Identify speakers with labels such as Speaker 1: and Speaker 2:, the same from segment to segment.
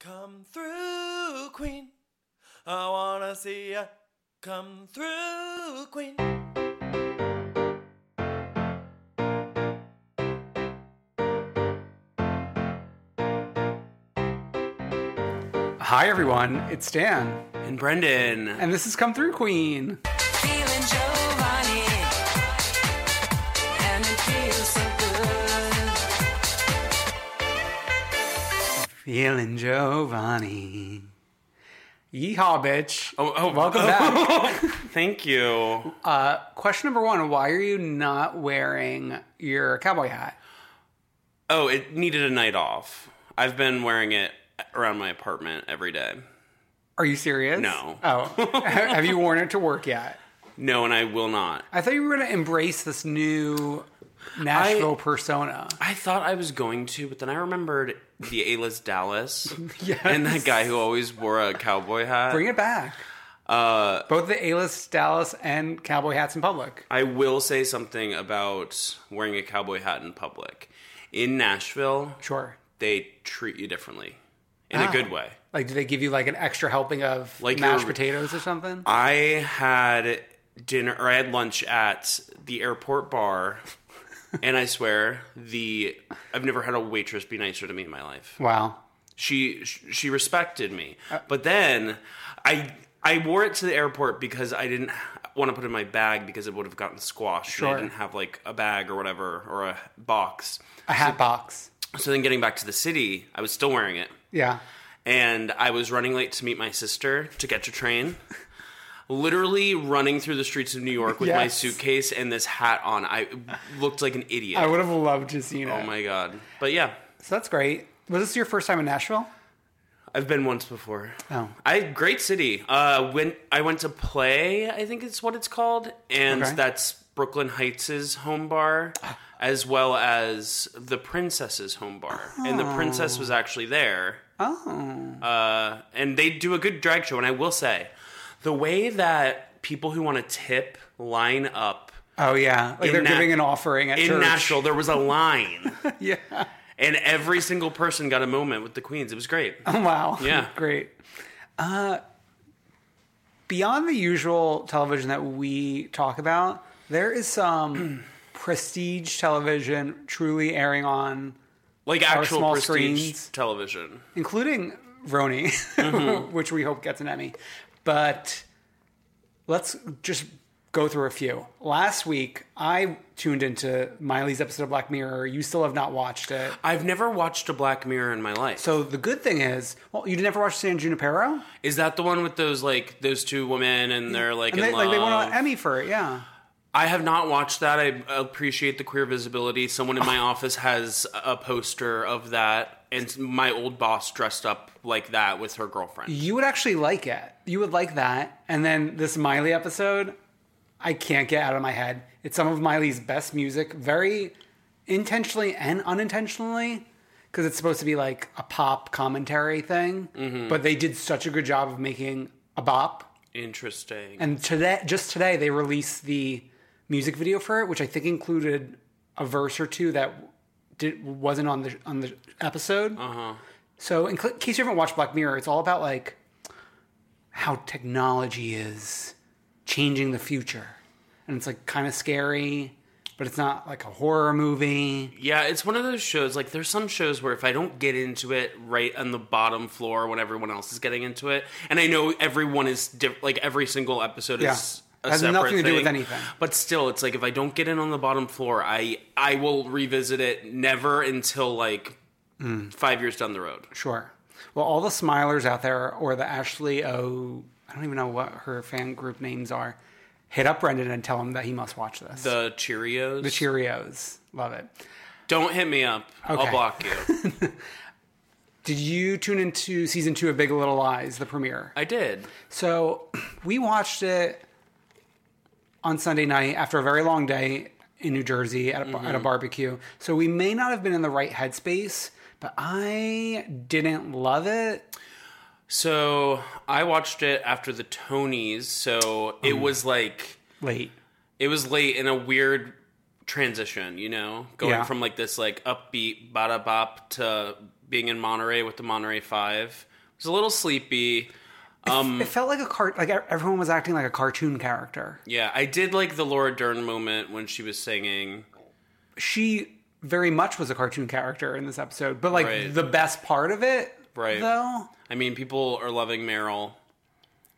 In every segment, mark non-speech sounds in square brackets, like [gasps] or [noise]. Speaker 1: Come through, Queen. I wanna see ya. Come through, Queen.
Speaker 2: Hi, everyone. It's Dan,
Speaker 1: And Brendan.
Speaker 2: and this is Come Through Queen.
Speaker 3: Feeling Giovanni, and it feels so good.
Speaker 2: Feeling Giovanni. Yeehaw, bitch.
Speaker 1: Oh, oh,
Speaker 2: welcome back.
Speaker 1: [laughs] Thank you.
Speaker 2: Uh, question number one Why are you not wearing your cowboy hat?
Speaker 1: Oh, it needed a night off. I've been wearing it around my apartment every day.
Speaker 2: Are you serious?
Speaker 1: No.
Speaker 2: Oh, have you worn it to work yet?
Speaker 1: No, and I will not.
Speaker 2: I thought you were going to embrace this new Nashville persona.
Speaker 1: I thought I was going to, but then I remembered the A-list Dallas
Speaker 2: [laughs]
Speaker 1: and that guy who always wore a cowboy hat.
Speaker 2: Bring it back.
Speaker 1: Uh,
Speaker 2: Both the A-list Dallas and cowboy hats in public.
Speaker 1: I will say something about wearing a cowboy hat in public. In Nashville,
Speaker 2: Sure.
Speaker 1: they treat you differently in
Speaker 2: Ah.
Speaker 1: a good way.
Speaker 2: Like, do they give you like an extra helping of
Speaker 1: Like
Speaker 2: mashed
Speaker 1: your-
Speaker 2: potatoes or something?
Speaker 1: I had dinner or I had lunch at the airport bar and I swear the I've never had a waitress be nicer to me in my life.
Speaker 2: Wow.
Speaker 1: She she respected me. But then I I wore it to the airport because I didn't want to put it in my bag because it would have gotten squashed. And
Speaker 2: Sure.
Speaker 1: I didn't have like a bag or whatever or a box.
Speaker 2: A hat box.
Speaker 1: So then getting back to the city, I was still wearing it.
Speaker 2: Yeah.
Speaker 1: And I was running late to meet my sister to catch a train. Literally running through the streets of New York with my
Speaker 2: Yes.
Speaker 1: suitcase and this hat on. I looked like an idiot.
Speaker 2: I would have loved to see it.
Speaker 1: oh my god. But yeah,
Speaker 2: So that's great. Was this your first time in Nashville?
Speaker 1: I've been once before.
Speaker 2: Oh.
Speaker 1: I great city. Uh when I went to play, I think it's what it's called, and
Speaker 2: Okay.
Speaker 1: that's Brooklyn Heights' home bar as well as the Princess's home bar. And the Princess was actually there.
Speaker 2: Oh.
Speaker 1: uh, and they do a good drag show. And I will say, the way that people who want to tip line up
Speaker 2: Oh yeah. Like
Speaker 1: In
Speaker 2: they're
Speaker 1: Na-
Speaker 2: giving an offering at
Speaker 1: in
Speaker 2: church.
Speaker 1: Nashville, there was a line,
Speaker 2: [laughs] Yeah.
Speaker 1: and every single person got a moment with the queens. It was great.
Speaker 2: Wow.
Speaker 1: [laughs] Yeah.
Speaker 2: great. Uh, beyond the usual television that we talk about, there is some [clears throat] prestige television truly airing on,
Speaker 1: Like actual
Speaker 2: small
Speaker 1: prestige
Speaker 2: screens.
Speaker 1: television.
Speaker 2: including Roni, [laughs] which we hope gets an Emmy. But let's just go through a few. Last week, I tuned into Miley's episode of Black Mirror. You still have not watched it.
Speaker 1: I've never watched a Black Mirror in my life.
Speaker 2: So the good thing is, well, you never watched San Junipero?
Speaker 1: is that the one with those like those two women and they're like
Speaker 2: And
Speaker 1: in
Speaker 2: they, like they won
Speaker 1: love?
Speaker 2: an Emmy for it, yeah.
Speaker 1: I have not watched that. I appreciate the queer visibility. Someone
Speaker 2: [sighs]
Speaker 1: in my office has a poster of that, and my old boss dressed up like that with her girlfriend.
Speaker 2: You would actually like it. You would like that. And then this Miley episode, I can't get out of my head. It's some of Miley's best music. Very intentionally and unintentionally because it's supposed to be like a pop commentary thing, but they did such a good job of making a bop
Speaker 1: Interesting.
Speaker 2: and today, just today, they released the music video for it, which I think included a verse or two that did, wasn't on the on the episode. So, in cl- case you haven't watched Black Mirror, it's all about like how technology is changing the future, and it's like kind of scary, but it's not like a horror movie.
Speaker 1: Yeah, it's one of those shows. Like, there's some shows where if I don't get into it right on the bottom floor when everyone else is getting into it, and I know everyone is diff- like every single episode
Speaker 2: Yeah.
Speaker 1: is a
Speaker 2: Has
Speaker 1: separate
Speaker 2: nothing to do
Speaker 1: thing,
Speaker 2: with anything.
Speaker 1: But still, it's like if I don't get in on the bottom floor, I I will revisit it never until like
Speaker 2: Hmm.
Speaker 1: five years down the road.
Speaker 2: Sure. Well, all the Smilers out there, or the Ashley O, I don't even know what her fan group names are, hit up Brendan and tell him that he must watch this.
Speaker 1: The Cheerios.
Speaker 2: The Cheerios. Love it.
Speaker 1: don't hit me up. I'll
Speaker 2: Okay.
Speaker 1: block
Speaker 2: [laughs]
Speaker 1: you.
Speaker 2: Did you tune into season two of Big Little Lies, the premiere?
Speaker 1: I did.
Speaker 2: So we watched it on Sunday night after a very long day in New Jersey at a, at a barbecue. So we may not have been in the right headspace, but I didn't love it.
Speaker 1: So I watched it after the Tonys. So
Speaker 2: Hmm.
Speaker 1: it was like.
Speaker 2: Late.
Speaker 1: it was late in a weird transition, you know, going
Speaker 2: Yeah.
Speaker 1: from like this like upbeat bada bop to being in Monterey with the Monterey Five. It was a little sleepy.
Speaker 2: it felt like a cart. Like everyone was acting like a cartoon character.
Speaker 1: Yeah, I did like the Laura Dern moment when she was singing.
Speaker 2: She very much was a cartoon character in this episode, but like
Speaker 1: Right.
Speaker 2: the best part of it,
Speaker 1: Right.
Speaker 2: Though
Speaker 1: I mean, people are loving Meryl.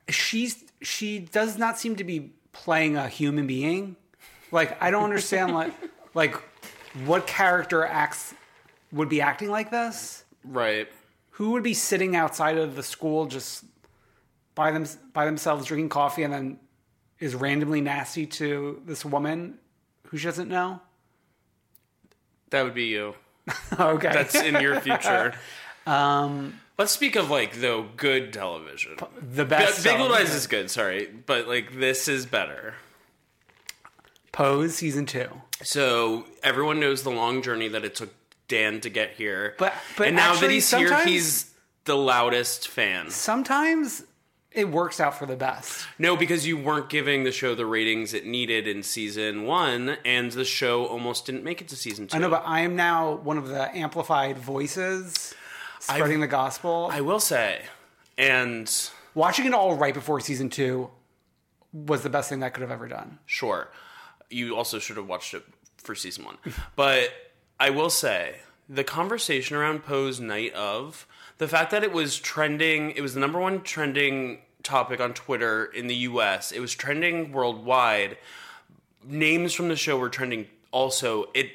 Speaker 2: she's she does not seem to be playing a human being. Like I don't understand like [laughs] like what character acts would be acting like this.
Speaker 1: Right.
Speaker 2: Who would be sitting outside of the school just by them by themselves drinking coffee and then is randomly nasty to this woman who she doesn't know? [laughs]
Speaker 1: That would be you.
Speaker 2: Okay,
Speaker 1: That's in your future. um
Speaker 2: [laughs] Um,
Speaker 1: Let's speak of like though good television.
Speaker 2: the best.
Speaker 1: Big Little
Speaker 2: song.
Speaker 1: Lies is good, sorry, but like this is better.
Speaker 2: Pose season two.
Speaker 1: So everyone knows the long journey that it took Dan to get here.
Speaker 2: But- but
Speaker 1: and now that
Speaker 2: actually,
Speaker 1: he's here,
Speaker 2: sometimes-
Speaker 1: he's the loudest fan.
Speaker 2: Sometimes it works out for the best.
Speaker 1: No, because you weren't giving the show the ratings it needed in season one, and the show almost didn't make it to season two.
Speaker 2: I know, but I am now one of the amplified voices spreading the gospel.
Speaker 1: I will say, and
Speaker 2: Watching it all right before season two was the best thing I could have ever done.
Speaker 1: sure, you also should have watched it for season one. But I will say, the conversation around Poe's night of, the fact that it was trending, it was the number one trending topic on Twitter in the US, it was trending worldwide. Names from the show were trending also. It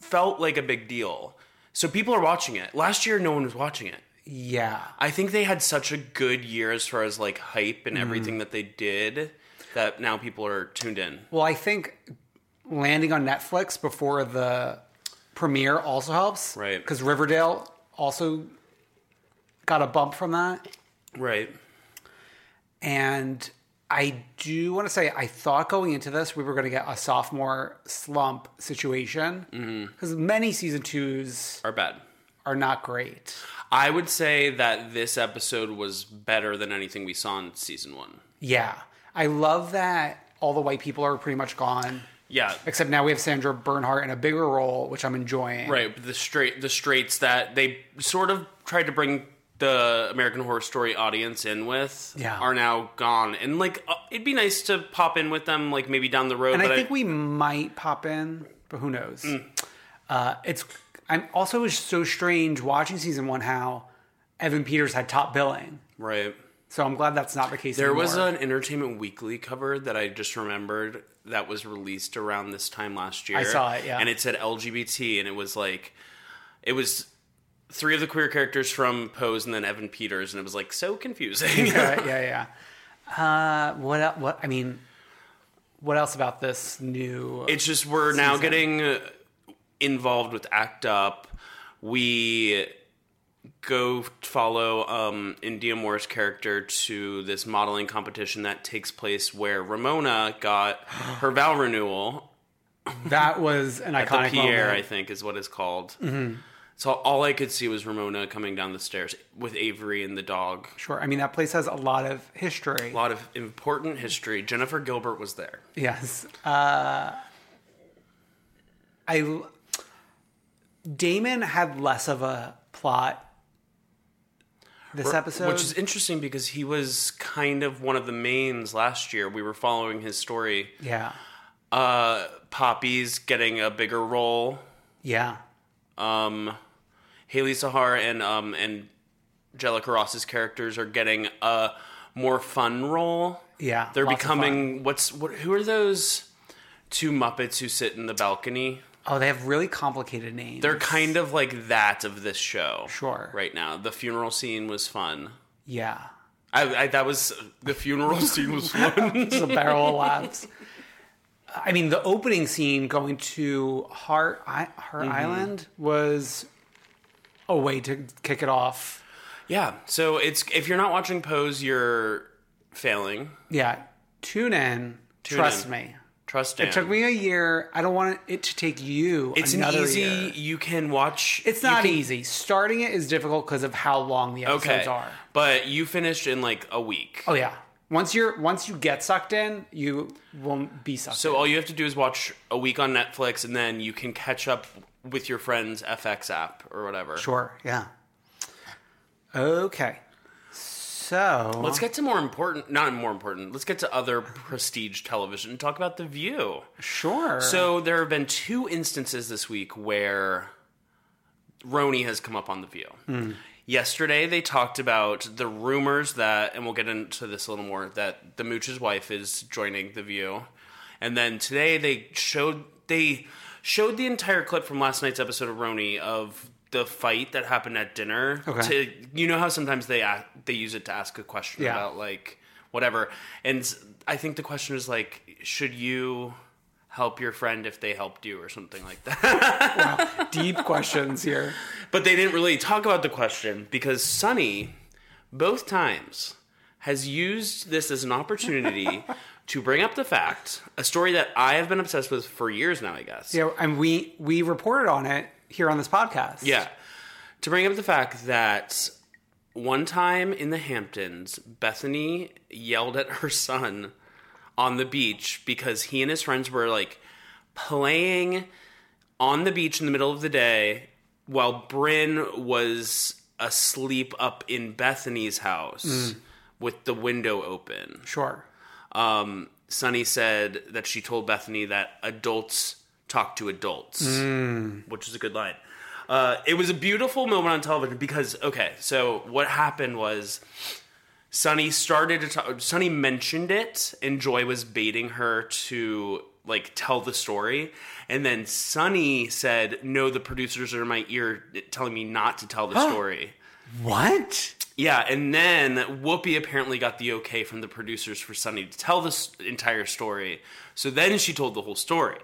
Speaker 1: felt like a big deal. So people are watching it. Last year, no one was watching it.
Speaker 2: Yeah.
Speaker 1: I think they had such a good year as far as like hype and everything that they did that now people are tuned in.
Speaker 2: Well, I think landing on Netflix before the premiere also helps.
Speaker 1: Right.
Speaker 2: Because Riverdale also got a bump from that.
Speaker 1: Right.
Speaker 2: And I do want to say, I thought going into this, we were going to get a sophomore slump situation
Speaker 1: Mm-hmm.
Speaker 2: because many season twos
Speaker 1: Are bad.
Speaker 2: are not great.
Speaker 1: I would say that this episode was better than anything we saw in season one.
Speaker 2: Yeah. I love that all the white people are pretty much gone,
Speaker 1: Yeah.
Speaker 2: except now we have Sandra Bernhardt in a bigger role, which I'm enjoying.
Speaker 1: Right. The straight the straights that they sort of tried to bring the American Horror Story audience in with
Speaker 2: Yeah.
Speaker 1: are now gone. And like uh, it'd be nice to pop in with them like maybe down the road.
Speaker 2: And
Speaker 1: but Mm.
Speaker 2: I think we might pop in, but who knows? Uh, it's I'm also it was so strange watching season one how Evan Peters had top billing.
Speaker 1: Right.
Speaker 2: So I'm glad that's not the case.
Speaker 1: There was
Speaker 2: anymore. [laughs]
Speaker 1: an Entertainment Weekly cover that I just remembered that was released around this time last year.
Speaker 2: I saw it, yeah.
Speaker 1: And it said LGBT, and it was like, it was three of the queer characters from Pose and then Evan Peters, and it was like so confusing.
Speaker 2: yeah, yeah, yeah. Uh, what? el- What? I mean, what else about this new?
Speaker 1: [laughs] It's just we're now getting uh, involved with ACT UP. We go follow um, India Moore's character to this modeling competition that takes place where Ramona got her vow renewal
Speaker 2: That was an
Speaker 1: [laughs] At the
Speaker 2: iconic
Speaker 1: Pierre, I
Speaker 2: moment.
Speaker 1: think, is what it's called.
Speaker 2: Mm-hmm.
Speaker 1: So all I could see was Ramona coming down the stairs with Avery and the dog.
Speaker 2: Sure. I mean, that place has a lot of history.
Speaker 1: A lot of important history. Jennifer Gilbert was there.
Speaker 2: Yes. Uh, I l- Damon had less of a plot this episode.
Speaker 1: Which is interesting because he was kind of one of the mains last year. We were following his story.
Speaker 2: yeah.
Speaker 1: Uh, Poppy's getting a bigger role.
Speaker 2: Yeah.
Speaker 1: Um, Haley Sahar and um, and Jellica Ross's characters are getting a more fun role.
Speaker 2: Yeah.
Speaker 1: They're
Speaker 2: lots of fun.
Speaker 1: becoming what's what? Who are those two Muppets who sit in the balcony?
Speaker 2: Oh, they have really complicated names.
Speaker 1: They're kind of like that of this show.
Speaker 2: Sure.
Speaker 1: Right now, the funeral scene was fun.
Speaker 2: Yeah.
Speaker 1: I, I that was the
Speaker 2: [laughs]
Speaker 1: funeral scene was fun.
Speaker 2: It's a barrel of laughs. I mean, the opening scene going to Heart, I, Heart
Speaker 1: Mm-hmm.
Speaker 2: Island was a way to kick it off.
Speaker 1: yeah. [laughs] So it's if you're not watching Pose, you're failing.
Speaker 2: Yeah. Tune in.
Speaker 1: Tune
Speaker 2: trust
Speaker 1: in.
Speaker 2: me.
Speaker 1: Trust Dan.
Speaker 2: It took me a year. I don't want it to take you.
Speaker 1: It's an
Speaker 2: another
Speaker 1: easy.
Speaker 2: year.
Speaker 1: You can watch.
Speaker 2: It's
Speaker 1: you
Speaker 2: not
Speaker 1: can-
Speaker 2: easy. Starting it is difficult because of how long the episodes
Speaker 1: Okay.
Speaker 2: are.
Speaker 1: But you finished in like a week.
Speaker 2: Oh yeah. Once you're once you get sucked in, you won't be sucked.
Speaker 1: So
Speaker 2: in.
Speaker 1: all you have to do is watch a week on Netflix, and then you can catch up with your friend's FX app or whatever.
Speaker 2: sure, yeah. Okay. So
Speaker 1: Let's get to more important, not more important. Let's get to other prestige television. and Talk about The View.
Speaker 2: sure.
Speaker 1: So there have been two instances this week where Roni has come up on The View. Yesterday they talked about the rumors that, and we'll get into this a little more, that the Mooch's wife is joining The View. And then today they showed they showed the entire clip from last night's episode of Roni of the fight that happened at dinner.
Speaker 2: Okay.
Speaker 1: To you know how sometimes they a they use it to ask a question
Speaker 2: Yeah.
Speaker 1: about like whatever, and s- I think the question is like, should you help your friend if they helped you or something like that?
Speaker 2: [laughs]
Speaker 1: [laughs]
Speaker 2: deep questions here.
Speaker 1: But they didn't really talk about the question because Sonny, both times, has used this as an opportunity to bring up the fact, a story that I have been obsessed with for years now, I guess.
Speaker 2: Yeah, and we we reported on it here on this podcast.
Speaker 1: Yeah. To bring up the fact that one time in the Hamptons, Bethany yelled at her son on the beach because he and his friends were like playing on the beach in the middle of the day while Bryn was asleep up in Bethany's house with the window open.
Speaker 2: Sure.
Speaker 1: Um, Sunny said that she told Bethany that adults talk to adults, which is a good line. Uh, it was a beautiful moment on television because okay, so what happened was Sunny started to talk. Sunny mentioned it, and Joy was baiting her to like tell the story, and then Sunny said, "No, the producers are in my ear telling me not to tell the story."
Speaker 2: What?
Speaker 1: Yeah, and then Whoopi apparently got the okay from the producers for Sunny to tell this entire story. So then she told the whole story.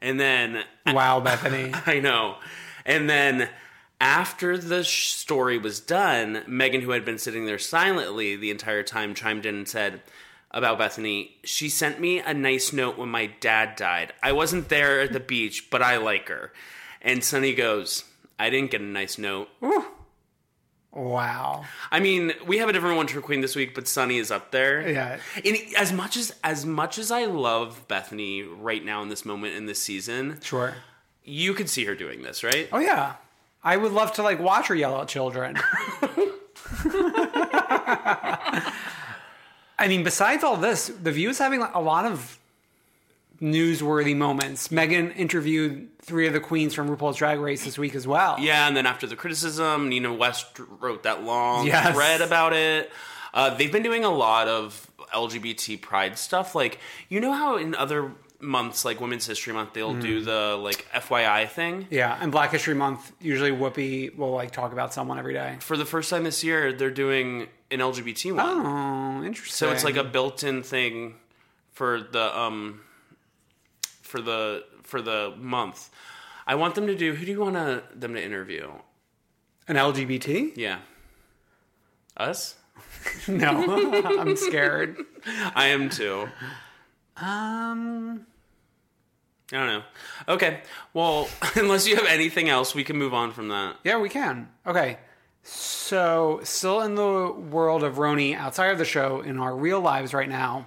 Speaker 1: And then [laughs]
Speaker 2: Wow, Bethany.
Speaker 1: I know. And then after the sh- story was done, Megan, who had been sitting there silently the entire time, chimed in and said about Bethany, she sent me a nice note when my dad died. I wasn't there at the beach, but I like her. And Sunny goes, I didn't get a nice note.
Speaker 2: Wow.
Speaker 1: I mean, we have a different one for Queen this week, but Sunny is up there.
Speaker 2: Yeah.
Speaker 1: And as much as as much as I love Bethany right now in this moment in this season,
Speaker 2: Sure.
Speaker 1: you could see her doing this, right?
Speaker 2: Oh yeah. I would love to like watch her yell at children. [laughs] I mean, besides all this, the view is having a lot of newsworthy moments. Megan interviewed three of the queens from RuPaul's Drag Race this week as well.
Speaker 1: Yeah, and then after the criticism, Nina West wrote that long
Speaker 2: Yes.
Speaker 1: thread about it. Uh, they've been doing a lot of LGBT pride stuff. Like, you know how in other months, like Women's History Month, they'll do the like FYI thing.
Speaker 2: Mm. Yeah, and Black History Month, usually Whoopi will like talk about someone every day.
Speaker 1: For the first time this year, they're doing an LGBT one.
Speaker 2: Oh, interesting.
Speaker 1: So it's like a built-in thing for the um for the for the month. I want them to do. Who do you want to, them to interview?
Speaker 2: an LGBT?
Speaker 1: Yeah, us.
Speaker 2: [laughs] No, [laughs] I'm scared.
Speaker 1: I am too.
Speaker 2: Um
Speaker 1: I don't know. Okay. Well, [laughs] unless you have anything else, we can move on from that.
Speaker 2: Yeah, we can. Okay. So, still in the world of Roni outside of the show, in our real lives right now,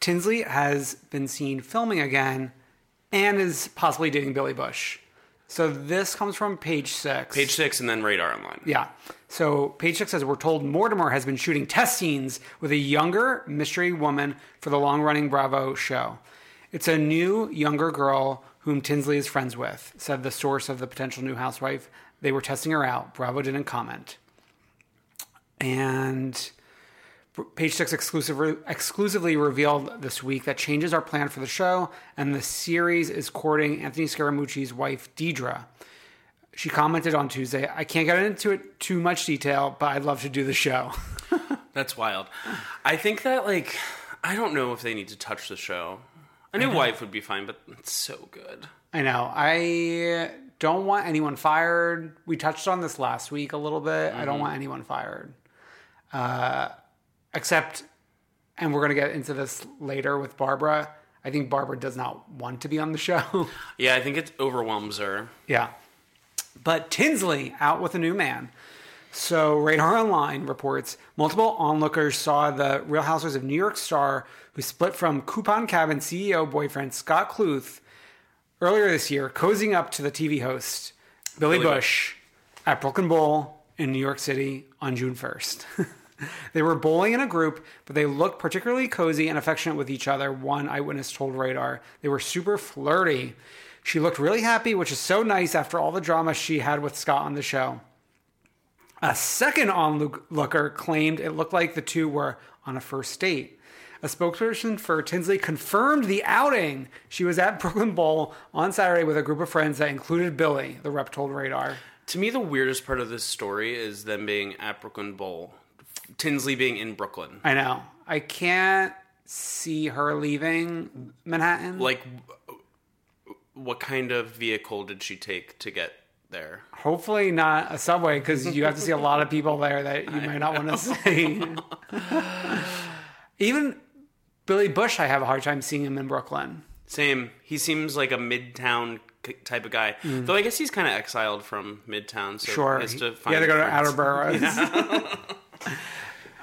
Speaker 2: Tinsley has been seen filming again and is possibly dating Billy Bush. So, this comes from page six.
Speaker 1: Page six and then radar online.
Speaker 2: Yeah. So page six says we're told Mortimer has been shooting test scenes with a younger mystery woman for the long running Bravo show. It's a new younger girl whom Tinsley is friends with, said the source of the potential new housewife. They were testing her out. Bravo didn't comment. And Page Six exclusively exclusively revealed this week that changes are planned for the show, and the series is courting Anthony Scaramucci's wife Deidre. She commented on Tuesday, "I can't get into it too much detail, but I'd love to do the show." [laughs]
Speaker 1: That's wild. I think that like I don't know if they need to touch the show. A new wife would be fine, but it's so good.
Speaker 2: I know. I don't want anyone fired. We touched on this last week a little bit. I don't want anyone fired. Uh, except, and we're going to get into this later with Barbara. I think Barbara does not want to be on the show. [laughs]
Speaker 1: Yeah, I think it overwhelms her.
Speaker 2: Yeah. But Tinsley out with a new man. So Radar Online reports multiple onlookers saw the Real Housewives of New York star who split from Coupon Cabin CEO boyfriend Scott Kluth earlier this year, cozying up to the TV host Billy, Bush at Brooklyn Bowl in New York City on June 1st. [laughs] they were bowling in a group, but they looked particularly cozy and affectionate with each other, one eyewitness told Radar. They were super flirty. She looked really happy, which is so nice after all the drama she had with Scott on the show. A second onlooker claimed it looked like the two were on a first date. A spokesperson for Tinsley confirmed the outing. She was at [laughs] Brooklyn Bowl on Saturday with a group of friends that included Billy, the rep told Radar.
Speaker 1: To me, the weirdest part of this story is them being at Brooklyn Bowl, Tinsley being in Brooklyn.
Speaker 2: I know. I can't see her leaving Manhattan.
Speaker 1: Like, w- what kind of vehicle did she take to get there?
Speaker 2: Hopefully not a subway because you have to see a lot of people there that you might not want to see. [laughs] Even Billy Bush, I have a hard time seeing him in Brooklyn.
Speaker 1: Same. He seems like a midtown k- type of guy, though. I guess he's kind of exiled from midtown, so
Speaker 2: Mm. Sure,
Speaker 1: He has to
Speaker 2: you
Speaker 1: find
Speaker 2: had to go to
Speaker 1: friends.
Speaker 2: outer boroughs.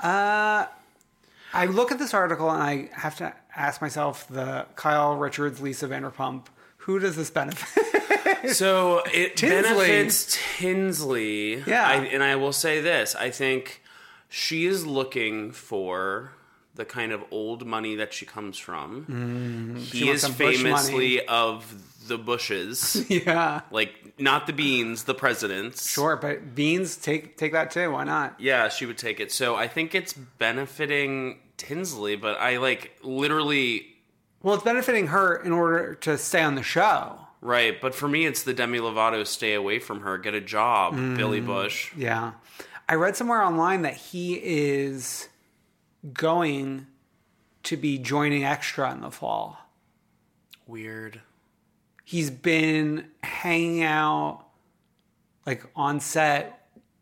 Speaker 2: uh,
Speaker 1: [laughs]
Speaker 2: [laughs] I look at this article and I have to ask myself: the Kyle Richards, Lisa Vanderpump, who does this benefit? [laughs]
Speaker 1: So it
Speaker 2: Tinsley.
Speaker 1: benefits Tinsley.
Speaker 2: Yeah.
Speaker 1: I, and I will say this I think she is looking for the kind of old money that she comes from. he
Speaker 2: Mm-hmm. wants
Speaker 1: is
Speaker 2: some Bush
Speaker 1: famously of the Bushes.
Speaker 2: [laughs] yeah,
Speaker 1: like, not the Beans, the presidents.
Speaker 2: sure, but Beans take take that too. Why not?
Speaker 1: Yeah, she would take it. So I think it's benefiting Tinsley, but I like literally.
Speaker 2: Well, it's benefiting her in order to stay on the show.
Speaker 1: Right, but for me, it's the Demi Lovato stay away from her, get a job,
Speaker 2: Mm.
Speaker 1: Billy Bush.
Speaker 2: Yeah. I read somewhere online that he is going to be joining Extra in the fall.
Speaker 1: Weird.
Speaker 2: He's been hanging out like on set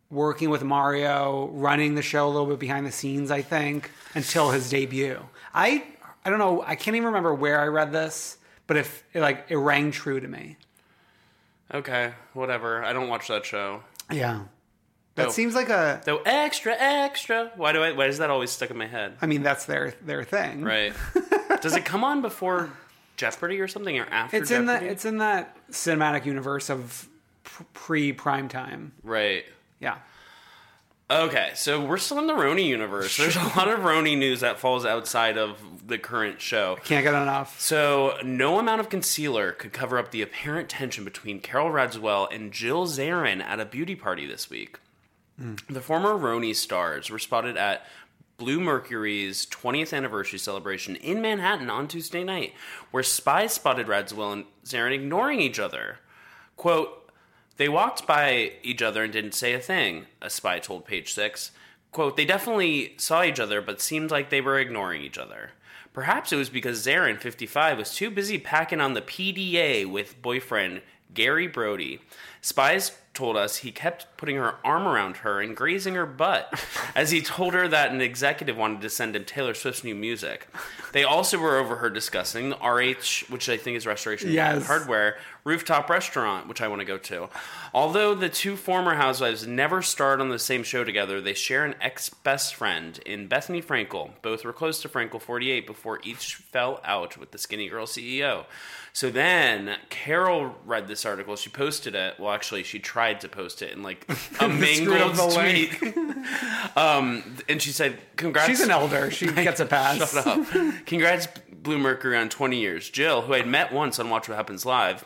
Speaker 2: working with Mario, running the show a little bit behind the scenes, I think, until his debut. I I don't know, I can't even remember where I read this, but if it like it rang true to me.
Speaker 1: Okay, whatever. I don't watch that show.
Speaker 2: Yeah. That
Speaker 1: Oh.
Speaker 2: seems like a
Speaker 1: Though extra, extra. Why do I? Why is that always stuck in my head?
Speaker 2: I mean that's their their thing. [laughs]
Speaker 1: Right. Does it come on before Jeopardy or something, or after?
Speaker 2: It's in that
Speaker 1: Jeopardy?
Speaker 2: it's in that cinematic universe of pre prime time.
Speaker 1: right.
Speaker 2: Yeah.
Speaker 1: Okay, so we're still in the Roni universe. There's a lot of Roni news that falls outside of the current show.
Speaker 2: Can't get enough.
Speaker 1: So, no amount of concealer could cover up the apparent tension between Carol Radswell and Jill Zarin at a beauty party this week. The former Roni stars were spotted at Blue Mercury's 20th anniversary celebration in Manhattan on Tuesday night, where spies spotted Radswell and Zarin ignoring each other. Quote, they walked by each other and didn't say a thing, a spy told Page Six. Quote, they definitely saw each other, but seemed like they were ignoring each other. Perhaps it was because Zarin, 55, was too busy packing on the PDA with boyfriend Gary Brody. Spies told us he kept putting her arm around her and grazing her butt as he told her that an executive wanted to send him Taylor Swift's new music. They also were overheard discussing the RH, which I think is Restoration
Speaker 2: Yes.
Speaker 1: Hardware, rooftop restaurant, which I want to go to. Although the two former housewives never starred on the same show together, they share an ex best friend in Bethany Frankel. Both were close to Frankel 48 before each fell out with the Skinny Girl CEO. So then Carol read this article. She posted it. Well, actually, she tried to post it
Speaker 2: [laughs]
Speaker 1: in like a
Speaker 2: screwed up
Speaker 1: mangled
Speaker 2: the link.
Speaker 1: tweet. [laughs] um, and she said, Congrats.
Speaker 2: She's an elder. [laughs] She
Speaker 1: [laughs]
Speaker 2: gets a pass.
Speaker 1: Shut up. [laughs] Congrats, Blue Mercury, on 20 years. Jill, who I'd met once on Watch What Happens Live,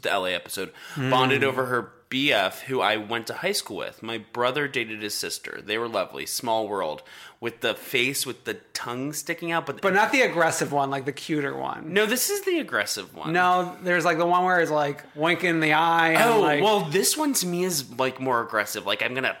Speaker 1: the LA episode,
Speaker 2: Hmm.
Speaker 1: bonded over her BF, who I went to high school with. My brother dated his sister. They were lovely. Small world. With the face, with the tongue sticking out. But,
Speaker 2: But not the aggressive one, like the cuter one.
Speaker 1: no, this is the aggressive one.
Speaker 2: No, there's like the one where it's like winking in the eye. And
Speaker 1: Oh,
Speaker 2: like,
Speaker 1: well, this one to me is like more aggressive. Like, I'm going to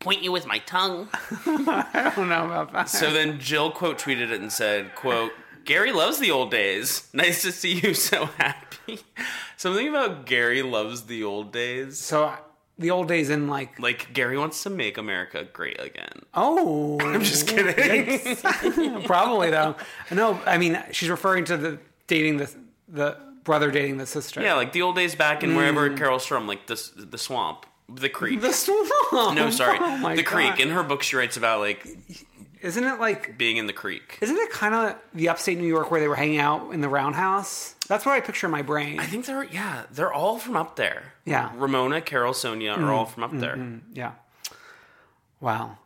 Speaker 1: point you with my tongue.
Speaker 2: [laughs] I don't know about that.
Speaker 1: So then Jill quote tweeted it and said, quote, Gary loves the old days. Nice to see you so happy. [laughs] Something about Gary loves the old days.
Speaker 2: So I- the old days in like,
Speaker 1: Like Gary wants to make America great again.
Speaker 2: oh, I'm just kidding. [laughs] Probably though. No, I mean she's referring to the dating the the brother dating the sister.
Speaker 1: [laughs] Yeah, like the old days back in wherever Carol's from, like the the swamp, the
Speaker 2: [laughs]
Speaker 1: creek.
Speaker 2: Hmm. the swamp.
Speaker 1: no, sorry,
Speaker 2: [laughs] Oh my
Speaker 1: the creek.
Speaker 2: God.
Speaker 1: In her book, she writes about like
Speaker 2: Isn't it like?
Speaker 1: being in the creek.
Speaker 2: Isn't it kind of the upstate New York where they were hanging out in the roundhouse? That's what I picture in my brain.
Speaker 1: I think they're yeah, they're all from up there.
Speaker 2: Yeah. Hmm. Mm-hmm.
Speaker 1: Ramona, Carol, Sonia are all from up there.
Speaker 2: Yeah. Wow.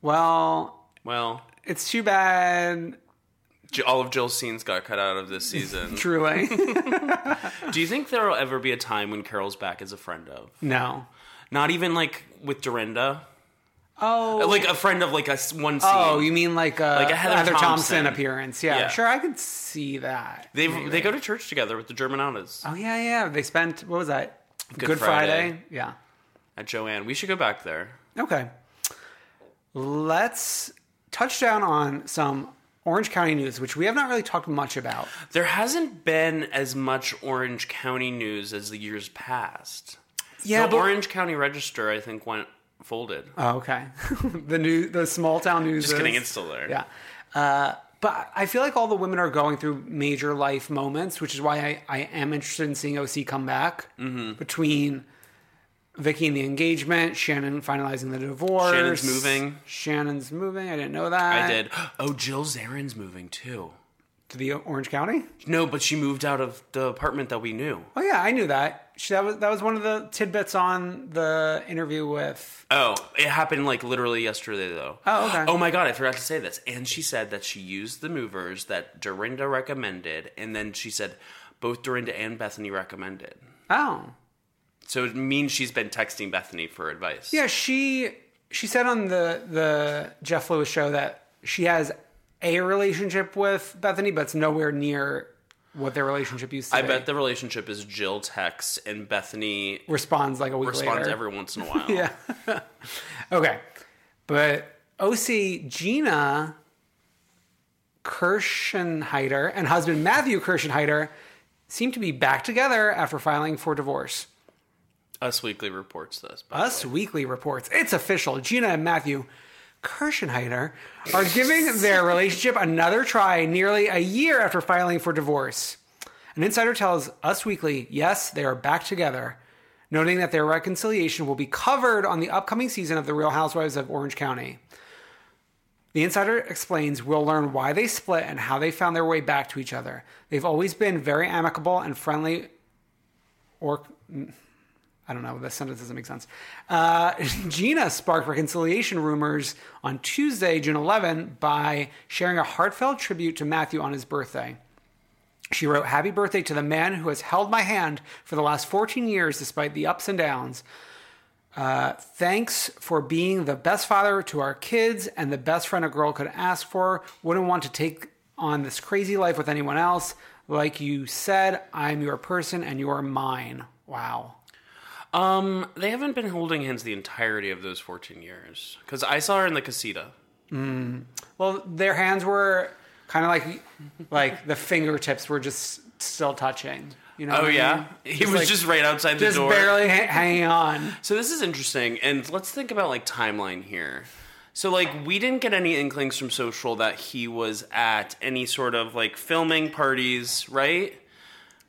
Speaker 2: Well,
Speaker 1: Well,
Speaker 2: it's too bad.
Speaker 1: J- all of Jill's scenes got cut out of this season.
Speaker 2: Truly.
Speaker 1: [laughs] Do you think there will ever be a time when Carol's back as a friend of?
Speaker 2: no.
Speaker 1: Not even like with Dorinda,
Speaker 2: Oh.
Speaker 1: like a friend of like a s- one scene.
Speaker 2: Oh, you mean like a,
Speaker 1: Like a Heather Thompson.
Speaker 2: appearance? Yeah,
Speaker 1: Yeah.
Speaker 2: sure, I could see that.
Speaker 1: they they go to church together with the Germananas
Speaker 2: oh yeah, yeah. They spent what was that?
Speaker 1: Good Friday.
Speaker 2: Yeah.
Speaker 1: at Joanne. We should go back there.
Speaker 2: Okay. Let's touch down on some Orange County news, which we have not really talked much about.
Speaker 1: There hasn't been as much Orange County news as the years passed.
Speaker 2: Yeah,
Speaker 1: the Orange County Register, I think, went folded.
Speaker 2: Oh, okay. [laughs] the new, the small town news.
Speaker 1: Just kidding, it's still there.
Speaker 2: Yeah. Uh, but I feel like all the women are going through major life moments, which is why I, I am interested in seeing OC come back
Speaker 1: Mm-hmm.
Speaker 2: between Vicky and the engagement, Shannon finalizing the divorce.
Speaker 1: Shannon's moving.
Speaker 2: Shannon's moving. I didn't know that.
Speaker 1: I did. [gasps] Oh, Jill Zarin's moving too.
Speaker 2: To the Orange County?
Speaker 1: No, but she moved out of the apartment that we knew.
Speaker 2: Oh, yeah, I knew that. She, that, was, that was one of the tidbits on the interview with.
Speaker 1: Oh, it happened like literally yesterday though.
Speaker 2: Oh, okay.
Speaker 1: Oh my god, I forgot to say this. And she said that she used the movers that Dorinda recommended, and then she said both Dorinda and Bethany recommended.
Speaker 2: Oh.
Speaker 1: So it means she's been texting Bethany for advice.
Speaker 2: Yeah, she she said on the the Jeff Lewis show that she has a relationship with Bethany, but it's nowhere near what their relationship used to
Speaker 1: I
Speaker 2: be.
Speaker 1: bet the relationship is Jill texts and Bethany
Speaker 2: responds like a week
Speaker 1: responds
Speaker 2: later.
Speaker 1: every once in a while.
Speaker 2: [laughs] yeah. okay, but OC Gina Kirschenheider and husband Matthew Kirschenheider seem to be back together after filing for divorce.
Speaker 1: Us Weekly reports this. But
Speaker 2: Us Weekly reports it's official. Gina and Matthew Kirschenheider are giving their relationship another try nearly a year after filing for divorce. An insider tells Us Weekly, yes, they are back together, noting that their reconciliation will be covered on the upcoming season of The Real Housewives of Orange County. The insider explains we'll learn why they split and how they found their way back to each other. They've always been very amicable and friendly or mm, I don't know. This sentence doesn't make sense. Uh, [laughs] Gina sparked reconciliation rumors on Tuesday, June 11, by sharing a heartfelt tribute to Matthew on his birthday. She wrote, Happy birthday to the man who has held my hand for the last 14 years despite the ups and downs. Uh, thanks for being the best father to our kids and the best friend a girl could ask for. Wouldn't want to take on this crazy life with anyone else. Like you said, I'm your person and you're mine. Wow.
Speaker 1: um, they haven't been holding hands the entirety of those 14 years. Because I saw her in the casita.
Speaker 2: Well, their hands were kind of like like the fingertips were just still touching. You know?
Speaker 1: Oh
Speaker 2: what I
Speaker 1: yeah,
Speaker 2: mean?
Speaker 1: he was
Speaker 2: like,
Speaker 1: just right outside the
Speaker 2: just
Speaker 1: door.
Speaker 2: barely ha- hanging on.
Speaker 1: So this is interesting, and let's think about like timeline here. So like we didn't get any inklings from social that he was at any sort of like filming parties, right?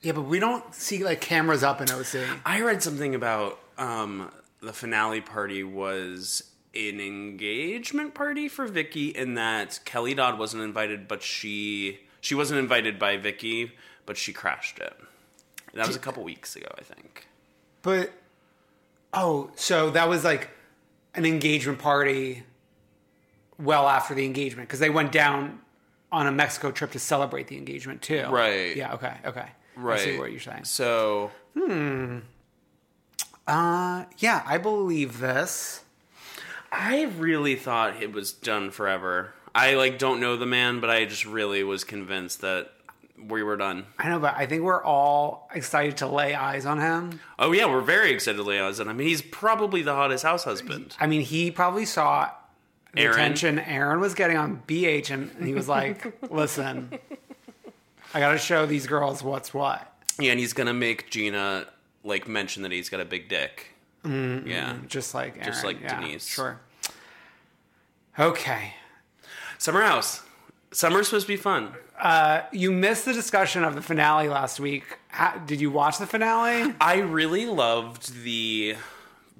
Speaker 2: Yeah, but we don't see like cameras up in OC.
Speaker 1: I read something about um, the finale party was an engagement party for Vicky, and that Kelly Dodd wasn't invited, but she she wasn't invited by Vicky, but she crashed it. That was a couple weeks ago, I think.
Speaker 2: But oh, so that was like an engagement party well after the engagement because they went down on a Mexico trip to celebrate the engagement too.
Speaker 1: Right.
Speaker 2: Yeah. Okay. Okay. I see
Speaker 1: Right.
Speaker 2: what you're saying.
Speaker 1: So
Speaker 2: Uh, yeah, I believe this.
Speaker 1: I really thought it was done forever. I like don't know the man, but I just really was convinced that we were done.
Speaker 2: I know, but I think we're all excited to lay eyes on him.
Speaker 1: Oh yeah, we're very excited, Leo's, and I mean he's probably the hottest house husband.
Speaker 2: I mean, he probably saw the
Speaker 1: Aaron.
Speaker 2: attention Aaron was getting on BH, and he was like, "Listen, I got to show these girls what's what."
Speaker 1: Yeah, and he's gonna make Gina like mention that he's got a big dick. Yeah,
Speaker 2: Just like Aaron.
Speaker 1: Just like
Speaker 2: yeah,
Speaker 1: Denise.
Speaker 2: Sure. Okay.
Speaker 1: summer house. Summer's supposed to be fun.
Speaker 2: You missed the discussion of the finale last week. How, did you watch the finale?
Speaker 1: I really loved the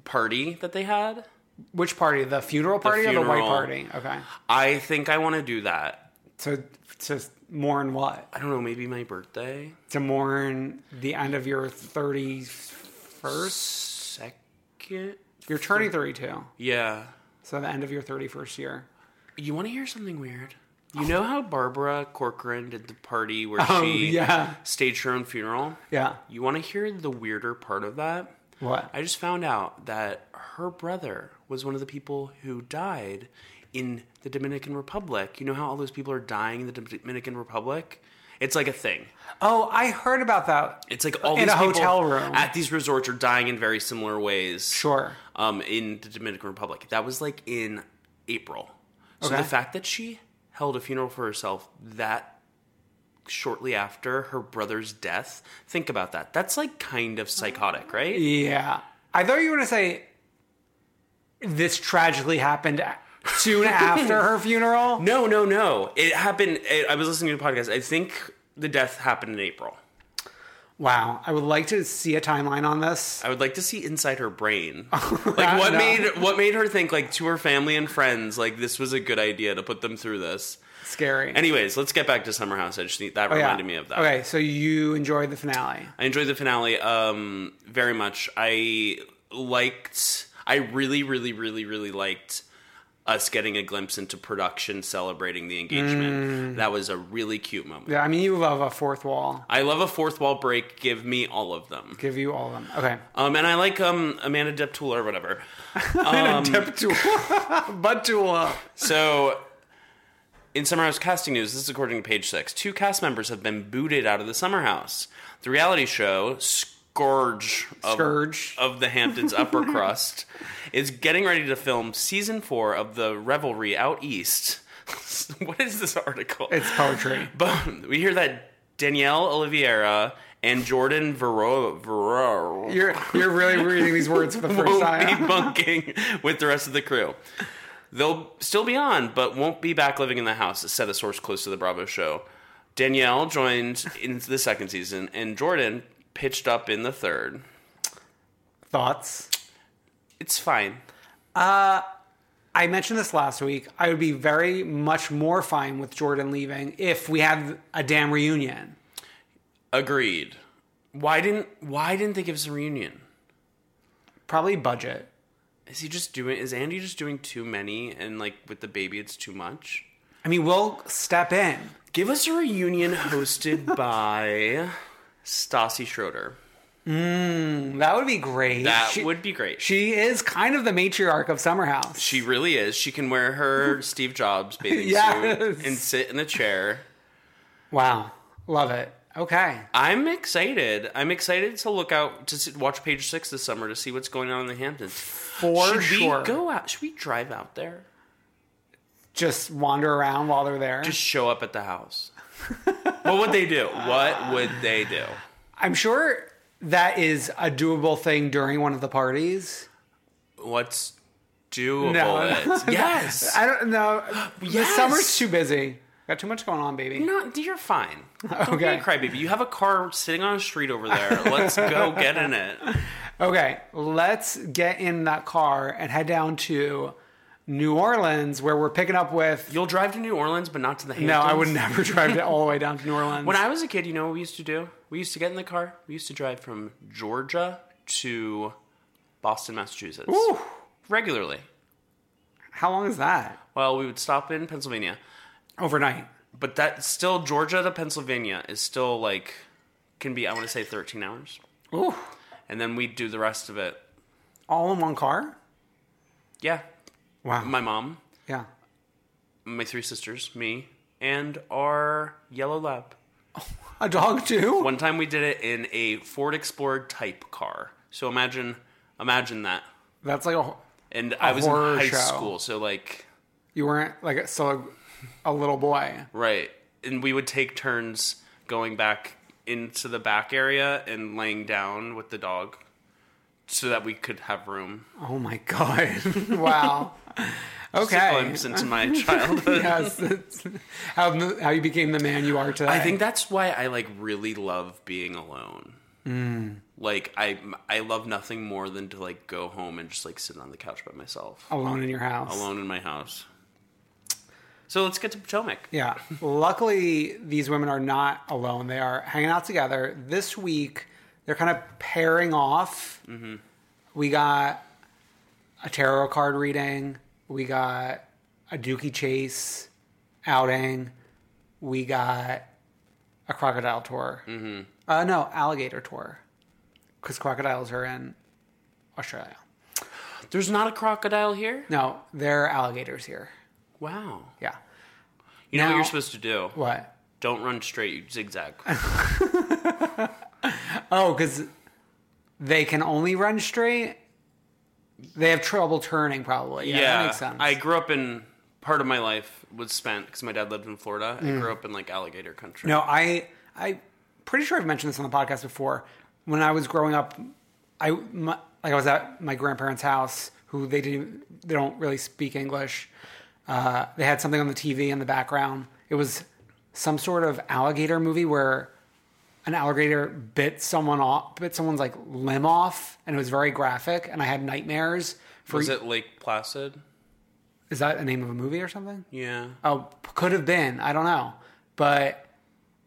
Speaker 1: party that they had.
Speaker 2: Which party? The funeral party or the white
Speaker 1: funeral.
Speaker 2: party? Okay.
Speaker 1: I think I want to do that.
Speaker 2: So to mourn what?
Speaker 1: I don't know, maybe my birthday.
Speaker 2: To mourn the end of your 31st?
Speaker 1: Second.
Speaker 2: You're turning 32.
Speaker 1: Yeah.
Speaker 2: So the end of your 31st year.
Speaker 1: You want to hear something weird? You know how Barbara Corcoran did the party where
Speaker 2: Oh,
Speaker 1: she
Speaker 2: yeah.
Speaker 1: staged her own funeral?
Speaker 2: Yeah.
Speaker 1: You want to hear the weirder part of that?
Speaker 2: What?
Speaker 1: I just found out that her brother was one of the people who died in the Dominican Republic. You know how all those people are dying in the Dominican Republic? It's like a thing.
Speaker 2: oh, I heard about that.
Speaker 1: It's like all
Speaker 2: In a
Speaker 1: these people
Speaker 2: hotel room.
Speaker 1: at these resorts are dying in very similar ways.
Speaker 2: Sure.
Speaker 1: Um, in the Dominican Republic, that was like in April. So
Speaker 2: Okay.
Speaker 1: the fact that she held a funeral for herself that shortly after her brother's death, think about that. That's like kind of psychotic, right?
Speaker 2: Yeah. I thought you were going to say this tragically happened [laughs] soon after her funeral.
Speaker 1: No, no, no. It happened. It, I was listening to a podcast. I think the death happened in April.
Speaker 2: Wow, I would like to see a timeline on this.
Speaker 1: I would like to see inside her
Speaker 2: [laughs]
Speaker 1: brain.
Speaker 2: I
Speaker 1: Like what
Speaker 2: know.
Speaker 1: made what made her think like to her family and friends like this was a good idea to put them through this.
Speaker 2: Scary.
Speaker 1: Anyways, let's get back to Summer House. I just need that
Speaker 2: Oh, yeah.
Speaker 1: reminded me of that.
Speaker 2: Okay, so you enjoyed the finale.
Speaker 1: I enjoyed the finale um very much. I liked I really, really, really, really liked us getting a glimpse into production celebrating the engagement. That was a really cute moment.
Speaker 2: Mm. Yeah, I mean, you love a fourth wall.
Speaker 1: I love a fourth wall break. Give me all of them.
Speaker 2: Give you all of them. [laughs] Okay.
Speaker 1: Um, and I like um Amanda Deptula or whatever. Um,
Speaker 2: [laughs] Bud Tula.
Speaker 1: So, in Summer House casting news, this is according to page six. Two cast members have been booted out of the Summer House. The reality show, Scourge of,
Speaker 2: Scourge.
Speaker 1: of the
Speaker 2: [laughs]
Speaker 1: Hamptons Upper Crust, is getting ready to film season four of the Revelry Out East. [laughs] what is this article?
Speaker 2: It's
Speaker 1: [laughs]
Speaker 2: poetry.
Speaker 1: But we hear that Danielle Oliveira and Jordan Vero Vero
Speaker 2: You're you're really reading these words for the [laughs] first
Speaker 1: won't
Speaker 2: time.
Speaker 1: be [laughs] bunking with the rest of the crew. They'll still be on, but won't be back living in the house, said a source close to the Bravo show. Danielle joined in the second season, and Jordan pitched up in the third.
Speaker 2: Thoughts?
Speaker 1: It's fine.
Speaker 2: I mentioned this last week. I would be very much more fine with Jordan leaving if we had a damn reunion.
Speaker 1: Agreed. Why didn't Why didn't they give us a reunion?
Speaker 2: Probably budget.
Speaker 1: Is he just doing? Is Andy just doing too many? And like with the baby, it's too much.
Speaker 2: I mean, we'll step in.
Speaker 1: Give us a reunion hosted [laughs] by Stassi Schroeder.
Speaker 2: That would be great.
Speaker 1: That
Speaker 2: She-
Speaker 1: would be great.
Speaker 2: She is kind of the matriarch of Summer House.
Speaker 1: She really is. She can wear [laughs] her Steve Jobs bathing
Speaker 2: Yes.
Speaker 1: suit and sit in a chair.
Speaker 2: Wow. Love it. Okay.
Speaker 1: I'm excited. I'm excited to look out to see, watch page six this summer to see what's going on in the Hamptons.
Speaker 2: For
Speaker 1: should
Speaker 2: sure.
Speaker 1: we go out? Should we drive out there?
Speaker 2: Just wander around while they're there. [laughs]
Speaker 1: Just show up at the house. what would they do? What would they do?
Speaker 2: I'm sure that is a doable thing during one of the parties.
Speaker 1: What's doable?
Speaker 2: No.
Speaker 1: is- [laughs] yes.
Speaker 2: I don't know.
Speaker 1: [gasps]
Speaker 2: The
Speaker 1: Yes.
Speaker 2: summer's too busy. Got too much going on, baby.
Speaker 1: No, you're fine. Don't be
Speaker 2: Okay.
Speaker 1: a crybaby. You have a car sitting on a street over there.
Speaker 2: [laughs]
Speaker 1: Let's go get in it.
Speaker 2: Okay, let's get in that car and head down to New Orleans where we're picking up with.
Speaker 1: You'll drive to New Orleans, but not to the Hamptons.
Speaker 2: No, I would never drive all the way down
Speaker 1: [laughs]
Speaker 2: to New Orleans.
Speaker 1: When I was a kid, you know what we used to do? We used to get in the car. We used to drive from Georgia to Boston, Massachusetts.
Speaker 2: Ooh,
Speaker 1: Regularly.
Speaker 2: how long is that?
Speaker 1: Well, we would stop in Pennsylvania.
Speaker 2: Overnight.
Speaker 1: But that still, Georgia to Pennsylvania is still like, can be, I want to say 13 hours.
Speaker 2: Ooh,
Speaker 1: And then we'd do the rest of it.
Speaker 2: all in one car.
Speaker 1: Yeah.
Speaker 2: Wow.
Speaker 1: My mom,
Speaker 2: yeah.
Speaker 1: my three sisters, me, and our yellow lab.
Speaker 2: A dog too.
Speaker 1: One time we did it in a Ford Explorer type car. So imagine, imagine that.
Speaker 2: That's like a. wh-
Speaker 1: And I was in
Speaker 2: horror
Speaker 1: high
Speaker 2: show.
Speaker 1: school, so like,
Speaker 2: You weren't like a- still a, a little boy.
Speaker 1: right. And we would take turns going back into the back area and laying down with the dog so that we could have room.
Speaker 2: Oh my god! [laughs]
Speaker 1: [laughs]
Speaker 2: wow.
Speaker 1: Just a
Speaker 2: Okay.
Speaker 1: glimpse into [laughs] my
Speaker 2: [laughs]
Speaker 1: childhood.
Speaker 2: yes. it's- How the- how you became the man you are today.
Speaker 1: I think that's why I like really love being alone.
Speaker 2: Mm.
Speaker 1: Like I, I love nothing more than to like go home and just like sit on the couch by myself,
Speaker 2: alone in your house.
Speaker 1: alone in my house. So let's get to Potomac.
Speaker 2: Yeah. Luckily, these women are not alone. They are hanging out together. This week, they're kind of pairing off. We got a tarot card reading. We got a Dookie Chase outing. We got a crocodile tour. Mm-hmm. Uh, no, alligator tour. Because crocodiles are in Australia.
Speaker 1: There's not a crocodile here.
Speaker 2: No, they're alligators here.
Speaker 1: Wow.
Speaker 2: Yeah.
Speaker 1: You know what
Speaker 2: Now-
Speaker 1: you're supposed to do?
Speaker 2: What?
Speaker 1: Don't run straight. You
Speaker 2: [laughs]
Speaker 1: zigzag.
Speaker 2: Oh, because they can only run straight. They have trouble turning, probably. Yeah, that makes sense.
Speaker 1: I grew up in part of my life was spent because my dad lived in Florida. I grew up in like alligator country.
Speaker 2: Mm. no, I I pretty sure I've mentioned this on the podcast before. When I was growing up, I my, like I was at my grandparents' house, who they didn't they don't really speak English. Uh, they had something on the TV in the background. It was some sort of alligator movie where an alligator bit someone off, bit someone's like limb off, and it was very graphic. And I had nightmares. For,
Speaker 1: Was it Lake Placid?
Speaker 2: Is that a name of a movie or something?
Speaker 1: Yeah.
Speaker 2: Oh, p- could have been. I don't know. But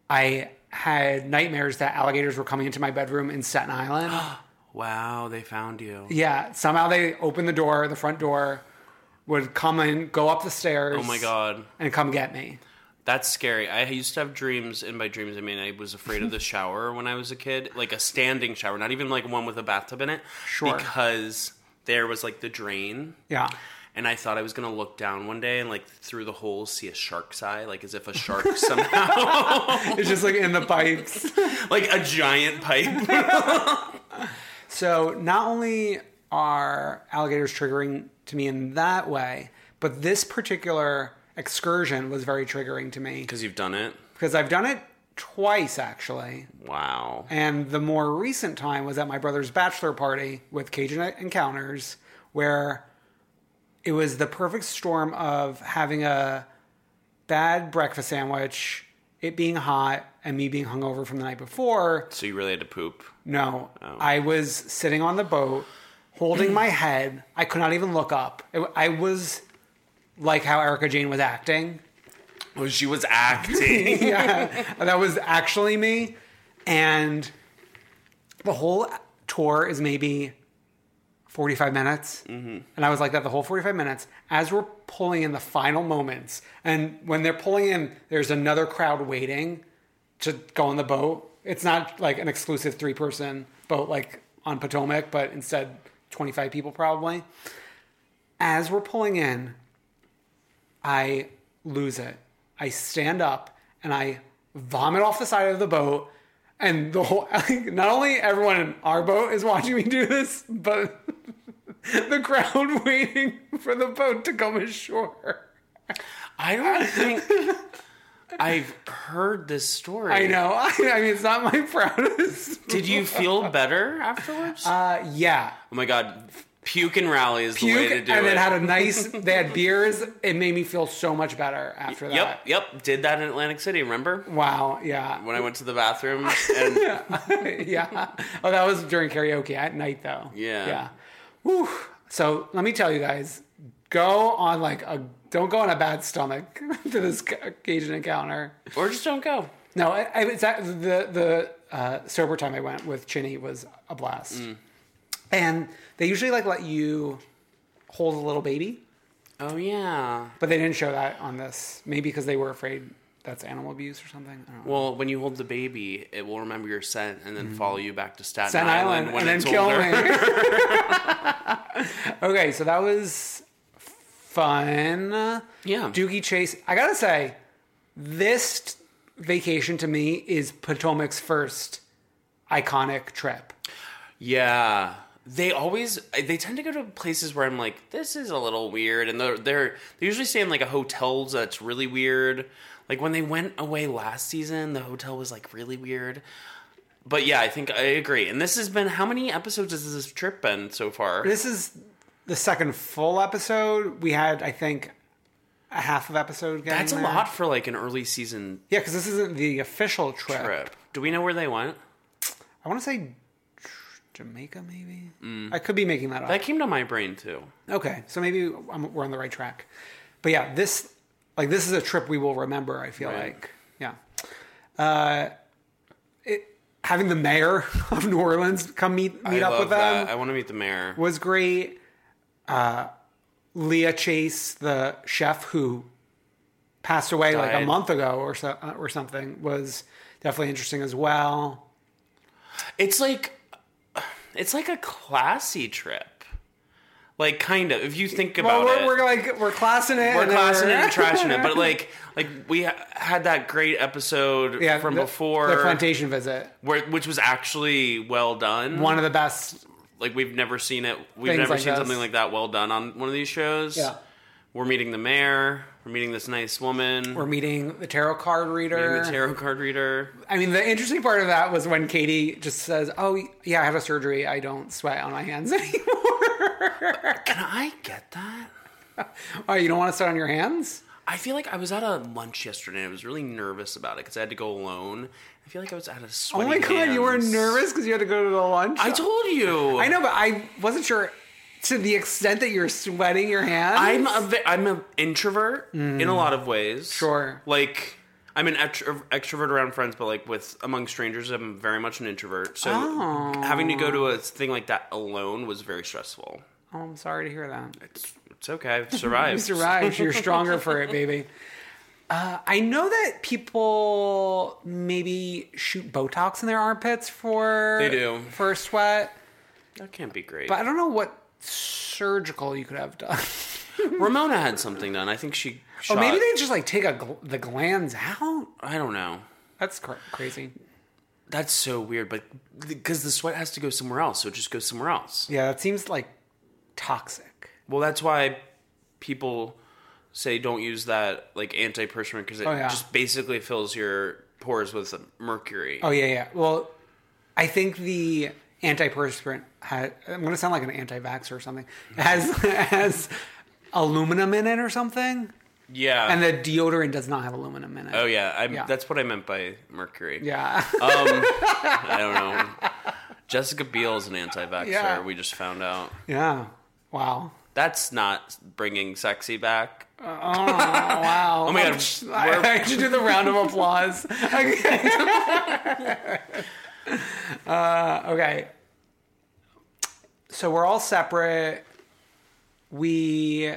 Speaker 2: I had nightmares that alligators were coming into my bedroom in Staten
Speaker 1: [gasps]
Speaker 2: Island.
Speaker 1: Wow, they found you.
Speaker 2: yeah, somehow they opened the door, the front door, would come in, go up the stairs.
Speaker 1: Oh my god.
Speaker 2: And come get me.
Speaker 1: That's scary. I used to have dreams, and by dreams I mean I was afraid of the shower when I was a kid, like a standing shower, not even like one with a bathtub in it.
Speaker 2: Sure.
Speaker 1: Because there was like the drain,
Speaker 2: Yeah.
Speaker 1: and I thought I was gonna look down one day and like through the hole see a shark's eye, like as if a shark somehow, [laughs]
Speaker 2: It's just like in the pipes.
Speaker 1: like a giant pipe.
Speaker 2: So not only are alligators triggering to me in that way, but this particular excursion was very triggering to me
Speaker 1: Because you've done it.
Speaker 2: because I've done it twice actually.
Speaker 1: Wow.
Speaker 2: And the more recent time was at my brother's bachelor party with Cajun Encounters, where it was the perfect storm of having a bad breakfast sandwich, it being hot, and me being hungover from the night before.
Speaker 1: So you really had to poop.
Speaker 2: No, I was sitting on the boat holding my head. I could not even look up. It- I was like how Erica Jane was acting.
Speaker 1: Oh, she was [laughs] acting.
Speaker 2: that was actually me. And the whole tour is maybe 45 minutes. Mm-hmm. And I was like that the whole 45 minutes as we're pulling in the final moments. And when they're pulling in, there's another crowd waiting to go on the boat. It's not like an exclusive three person boat like on Potomac, but instead 25 people probably. As we're pulling in, I lose it. I stand up and I vomit off the side of the boat. And the whole, [laughs] not only everyone in our boat is watching me do this, but [laughs] the crowd [laughs] waiting for the boat to come ashore.
Speaker 1: I don't think I've heard this story.
Speaker 2: I know. [laughs] I, mean, it's not my [laughs] proudest.
Speaker 1: Did you feel better afterwards?
Speaker 2: Uh, yeah.
Speaker 1: oh my god, puke and rally is the
Speaker 2: Puke
Speaker 1: way to
Speaker 2: and
Speaker 1: do it.
Speaker 2: then had a nice, they
Speaker 1: [laughs]
Speaker 2: had beers. It made me feel so much better after
Speaker 1: yep,
Speaker 2: that.
Speaker 1: yep. Did that in Atlantic City. Remember
Speaker 2: Wow. Yeah.
Speaker 1: when I went to the bathroom
Speaker 2: [laughs]
Speaker 1: and
Speaker 2: yeah. Oh, that was during karaoke at night though.
Speaker 1: Yeah.
Speaker 2: Yeah. Whew. So let me tell you guys, go on like a don't go on a bad stomach [laughs] to this ca- Cajun encounter.
Speaker 1: or just don't go.
Speaker 2: No, I, I it's that, the the uh, sober time I went with Chinny was a blast, and they usually like let you hold a little baby,
Speaker 1: Oh yeah.
Speaker 2: but they didn't show that on this. Maybe because they were afraid that's animal abuse or something. I don't know.
Speaker 1: Well, when you hold the baby, it will remember your scent and then follow you back to Staten,
Speaker 2: Mm. Staten
Speaker 1: Island,
Speaker 2: Island,
Speaker 1: when
Speaker 2: and
Speaker 1: it's
Speaker 2: then kill
Speaker 1: older.
Speaker 2: me. [laughs]
Speaker 1: [laughs]
Speaker 2: okay, so that was fun.
Speaker 1: Yeah.
Speaker 2: Doogie Chase. I gotta say, this t- vacation to me is Potomac's first iconic trip.
Speaker 1: Yeah. They always they tend to go to places where I'm like, this is a little weird, and they're they're they usually stay in like a hotel that's really weird. Like when they went away last season, the hotel was like really weird. But yeah, I think I agree. And this has been how many episodes has this trip been so far?
Speaker 2: This is the second full episode. We had, I think, a half of episode. getting
Speaker 1: That's a
Speaker 2: there.
Speaker 1: lot for like an early season
Speaker 2: Yeah, because this isn't the official trip.
Speaker 1: trip. Do we know where they went?
Speaker 2: I want to say J- Jamaica, maybe. I could be making that up.
Speaker 1: Mm. That came to my brain too.
Speaker 2: Okay, so maybe I'm, we're on the right track. But yeah, this like this is a trip we will remember. I feel
Speaker 1: Right.
Speaker 2: like yeah, uh, it, having the mayor [laughs] of New Orleans come meet meet
Speaker 1: I
Speaker 2: up
Speaker 1: love
Speaker 2: with them
Speaker 1: that. I want to meet the mayor.
Speaker 2: was great. Uh, Leah Chase, the chef who passed away like a
Speaker 1: Died.
Speaker 2: month ago or so uh, or something, was definitely interesting as well.
Speaker 1: It's like [sighs] it's like a classy trip. Like kind of if you think
Speaker 2: Well,
Speaker 1: about
Speaker 2: we're,
Speaker 1: it.
Speaker 2: we're like we're classing it,
Speaker 1: we're
Speaker 2: and then
Speaker 1: classing it and trashing
Speaker 2: [laughs]
Speaker 1: it, but like like we ha- had that great episode
Speaker 2: yeah,
Speaker 1: from
Speaker 2: the-
Speaker 1: before
Speaker 2: the plantation visit.
Speaker 1: where which was actually well done.
Speaker 2: one of the best.
Speaker 1: like we've never seen it we've
Speaker 2: Things
Speaker 1: never
Speaker 2: like
Speaker 1: seen
Speaker 2: this.
Speaker 1: something like that well done on one of these shows.
Speaker 2: Yeah.
Speaker 1: We're meeting the mayor, we're meeting this nice woman,
Speaker 2: We're meeting the tarot card reader.
Speaker 1: meeting the tarot card reader.
Speaker 2: I mean, the interesting part of that was when Katie just says, "Oh, yeah, I had a surgery. I don't sweat on my hands [laughs] anymore."
Speaker 1: Can I get that?
Speaker 2: oh, you don't want to sweat on your hands?
Speaker 1: I feel like I was at a lunch yesterday and I was really nervous about it because I had to go alone. I feel like I was at a
Speaker 2: Oh
Speaker 1: sweaty
Speaker 2: my god, you were
Speaker 1: hands.
Speaker 2: nervous because you had to go to the lunch.
Speaker 1: I told you.
Speaker 2: I know, but I wasn't sure to the extent that you're sweating your hands.
Speaker 1: I'm a ve- I'm an introvert in a lot of ways.
Speaker 2: Mm. Sure.
Speaker 1: Like I'm an extro- extrovert around friends, but like with among strangers, I'm very much an introvert. So
Speaker 2: Oh.
Speaker 1: having to go to a thing like that alone was very stressful.
Speaker 2: Oh, I'm sorry to hear that.
Speaker 1: It's, it's okay.
Speaker 2: [laughs]
Speaker 1: I've survived.
Speaker 2: You survived.
Speaker 1: [laughs]
Speaker 2: You're stronger for it, baby. Uh, I know that people maybe shoot Botox in their armpits for
Speaker 1: They do.
Speaker 2: for sweat,
Speaker 1: That can't be great.
Speaker 2: but I don't know what surgical you could have done. [laughs]
Speaker 1: Ramona had something done. I think she.
Speaker 2: or
Speaker 1: Shot,
Speaker 2: Oh, maybe they just like take a gl- the glands out.
Speaker 1: I don't know.
Speaker 2: That's cr- crazy.
Speaker 1: That's so weird, but because the sweat has to go somewhere else, so it just goes somewhere else.
Speaker 2: Yeah, that seems like toxic.
Speaker 1: Well, that's why people say don't use that like antiperspirant because it
Speaker 2: Oh, yeah.
Speaker 1: just basically fills your pores with mercury.
Speaker 2: Oh yeah, yeah. Well, I think the antiperspirant. Had, I'm going to sound like an anti-vaxxer or something. It Has [laughs] has aluminum in it or something.
Speaker 1: yeah.
Speaker 2: And the deodorant does not have aluminum in it.
Speaker 1: oh yeah, I'm,
Speaker 2: Yeah.
Speaker 1: that's what I meant by mercury. Um,
Speaker 2: Yeah. [laughs]
Speaker 1: I don't know. Jessica Biel is an anti-vaxxer.
Speaker 2: Yeah.
Speaker 1: We just found out.
Speaker 2: yeah. Wow.
Speaker 1: That's not bringing sexy back.
Speaker 2: Uh, oh, Wow.
Speaker 1: [laughs] Oh my
Speaker 2: [laughs]
Speaker 1: god,
Speaker 2: I, I should do the round of applause. Okay. [laughs] uh, okay. So we're all separate. We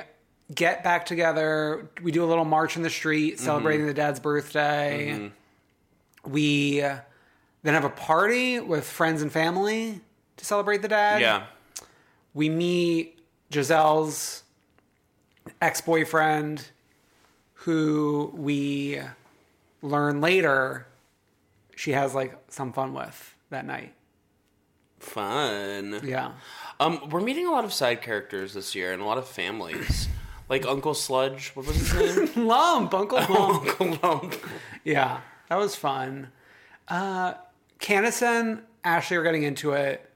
Speaker 2: get back together. We do a little march in the street celebrating the dad's birthday. Mm-hmm. We then have a party with friends and family to celebrate the dad.
Speaker 1: yeah.
Speaker 2: we meet Giselle's ex boyfriend, who we learn later she has like some fun with that night.
Speaker 1: Fun.
Speaker 2: Yeah. [laughs] [clears throat]
Speaker 1: Um, we're meeting a lot of side characters this year and a lot of families. like Uncle Sludge. What was his name?
Speaker 2: Lump, [laughs] Uncle Lump.
Speaker 1: Uncle Lump.
Speaker 2: Yeah, that was fun. Uh, Candace and Ashley are getting into it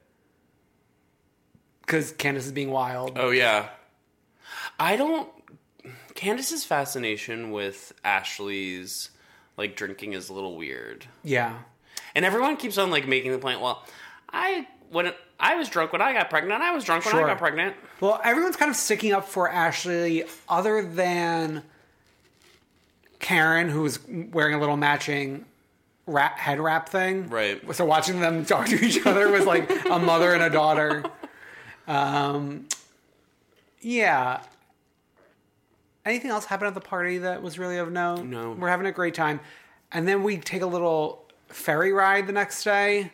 Speaker 2: because Candace is being wild.
Speaker 1: Oh yeah. I don't Candace's fascination with Ashley's like drinking is a little weird.
Speaker 2: Yeah.
Speaker 1: And everyone keeps on like making the point, well, I when I was drunk when I got pregnant, I was drunk when
Speaker 2: Sure.
Speaker 1: I got pregnant.
Speaker 2: Well, everyone's kind of sticking up for Ashley, other than Karen, who's wearing a little matching wrap, head wrap thing.
Speaker 1: Right.
Speaker 2: So watching them talk to each other was like a mother and a daughter. Um, yeah. Anything else happened at the party that was really of note?
Speaker 1: No.
Speaker 2: We're having a great time. And then we take a little ferry ride the next day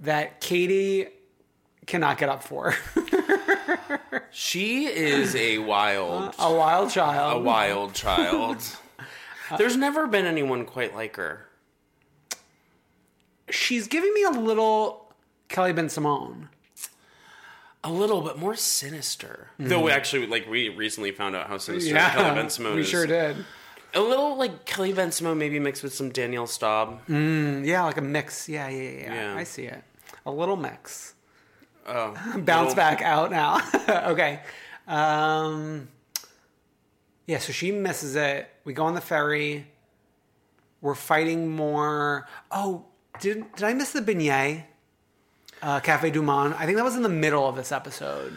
Speaker 2: that Katie cannot get up for. [laughs]
Speaker 1: She
Speaker 2: [clears throat]
Speaker 1: is a wild
Speaker 2: a wild child.
Speaker 1: a
Speaker 2: [laughs]
Speaker 1: wild child. There's never been anyone quite like her.
Speaker 2: she's giving me a little Kelly Ben Simone.
Speaker 1: A little bit more sinister. Though we actually like we recently found out how sinister Kelly Ben Simone
Speaker 2: Um, we
Speaker 1: is.
Speaker 2: sure did.
Speaker 1: A little like Kelly Ben Simone maybe mixed with some Danielle Staub.
Speaker 2: Yeah, like a mix. Yeah, yeah, yeah. yeah.
Speaker 1: Yeah.
Speaker 2: I see it. A little mix.
Speaker 1: Oh.
Speaker 2: [laughs] Bounce
Speaker 1: Little-
Speaker 2: back out now. [laughs] okay. Um, yeah, so she misses it. We go on the ferry. We're fighting more. Oh, did did I miss the beignet? Uh, Cafe Du Monde. I think that was in the middle of this episode,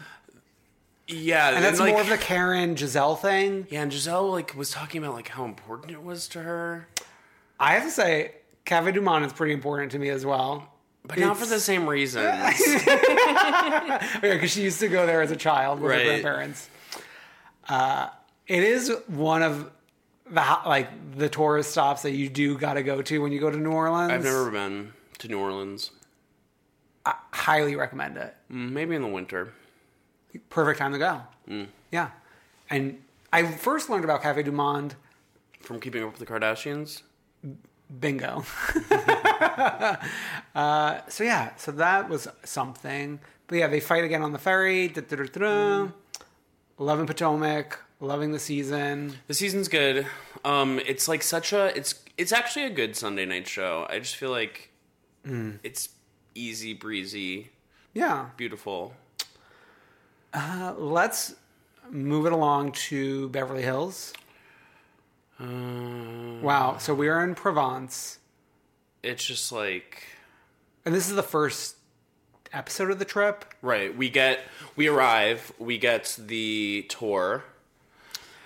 Speaker 1: Yeah,
Speaker 2: and that's
Speaker 1: like-
Speaker 2: more of the Karen Giselle thing.
Speaker 1: Yeah, and Giselle like was talking about like how important it was to her,
Speaker 2: I have to say, Cafe Du Monde is pretty important to me as well. [laughs]
Speaker 1: but not for the same reasons.
Speaker 2: Yeah, because she used to go there as a child with her
Speaker 1: Right.
Speaker 2: grandparents. Uh, it is one of the ho- like the tourist stops that you do got to go to when you go to New Orleans.
Speaker 1: I've never been to New Orleans.
Speaker 2: highly recommend it.
Speaker 1: Maybe in the winter.
Speaker 2: Perfect time to go.
Speaker 1: Mm.
Speaker 2: Yeah, and I first learned about Cafe Du Monde
Speaker 1: From keeping up with the Kardashians.
Speaker 2: Bingo. [laughs] uh, so yeah, so that was something. But yeah, they fight again on the ferry. Da, da, da, da, da. Loving Potomac, loving the season.
Speaker 1: The season's good. Um, it's like such a it's it's actually a good Sunday night show. I just feel like
Speaker 2: Mm.
Speaker 1: it's easy breezy,
Speaker 2: Yeah,
Speaker 1: beautiful.
Speaker 2: let's move it along to Beverly Hills. Uh, wow, so we are in Provence,
Speaker 1: It's just like
Speaker 2: and this is the first episode of the trip.
Speaker 1: right. We get we arrive. We get the tour.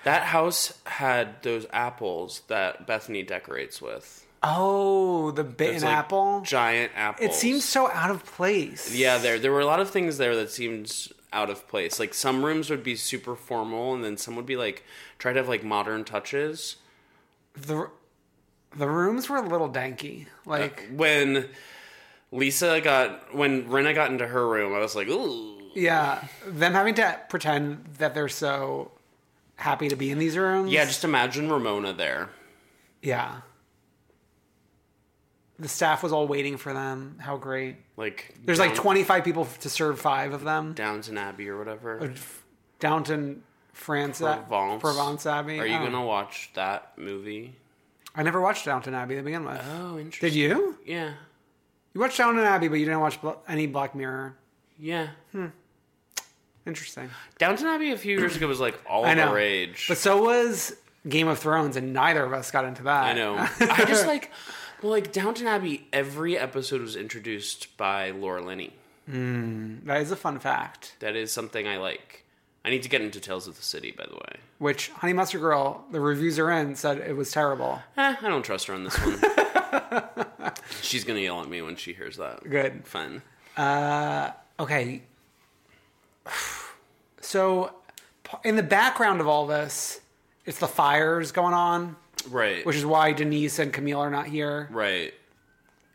Speaker 1: That house had those apples that Bethany decorates with.
Speaker 2: Oh, the bitten
Speaker 1: It's like
Speaker 2: apple.
Speaker 1: giant apple.
Speaker 2: It seems so out of place.
Speaker 1: Yeah, there there were a lot of things there that seemed out of place. Like some rooms would be super formal, and then some would be like try to have like modern touches.
Speaker 2: the the rooms were a little danky. Like,
Speaker 1: Uh, When Lisa got when Rena got into her room, I was like, ooh,
Speaker 2: yeah, them having to pretend that they're so happy to be in these rooms.
Speaker 1: yeah. Just imagine Ramona there.
Speaker 2: yeah. The staff was all waiting for them. How great!
Speaker 1: Like
Speaker 2: There's like
Speaker 1: Down-
Speaker 2: 25 people to serve five of them.
Speaker 1: Downton Abbey or whatever.
Speaker 2: Downton, France,
Speaker 1: Provence.
Speaker 2: Provence Abbey.
Speaker 1: Are you
Speaker 2: Oh.
Speaker 1: gonna watch that movie?
Speaker 2: I never watched Downton Abbey to begin with.
Speaker 1: Oh, interesting.
Speaker 2: Did you?
Speaker 1: Yeah,
Speaker 2: You watched Downton Abbey, but you didn't watch Bla- any Black Mirror.
Speaker 1: yeah.
Speaker 2: Interesting.
Speaker 1: Downton Abbey a few years ago was like all
Speaker 2: I
Speaker 1: of
Speaker 2: know.
Speaker 1: our age.
Speaker 2: But so was Game of Thrones, and neither of us got into that. [laughs]
Speaker 1: I know. I just like, well, like Downton Abbey. Every episode was introduced by Laura Linney.
Speaker 2: That is a fun fact.
Speaker 1: That is something I like. I need to get into Tales of the City, by the way.
Speaker 2: Which Honey Mustard Girl, the reviews are in, said it was terrible.
Speaker 1: Eh, I don't trust her on this
Speaker 2: [laughs]
Speaker 1: one. She's gonna yell at me when she hears that.
Speaker 2: Good.
Speaker 1: Fun.
Speaker 2: Okay. [sighs] So, p- in the background of all this, it's the fires going on,
Speaker 1: Right.
Speaker 2: which is why Denise and Camille are not here.
Speaker 1: right.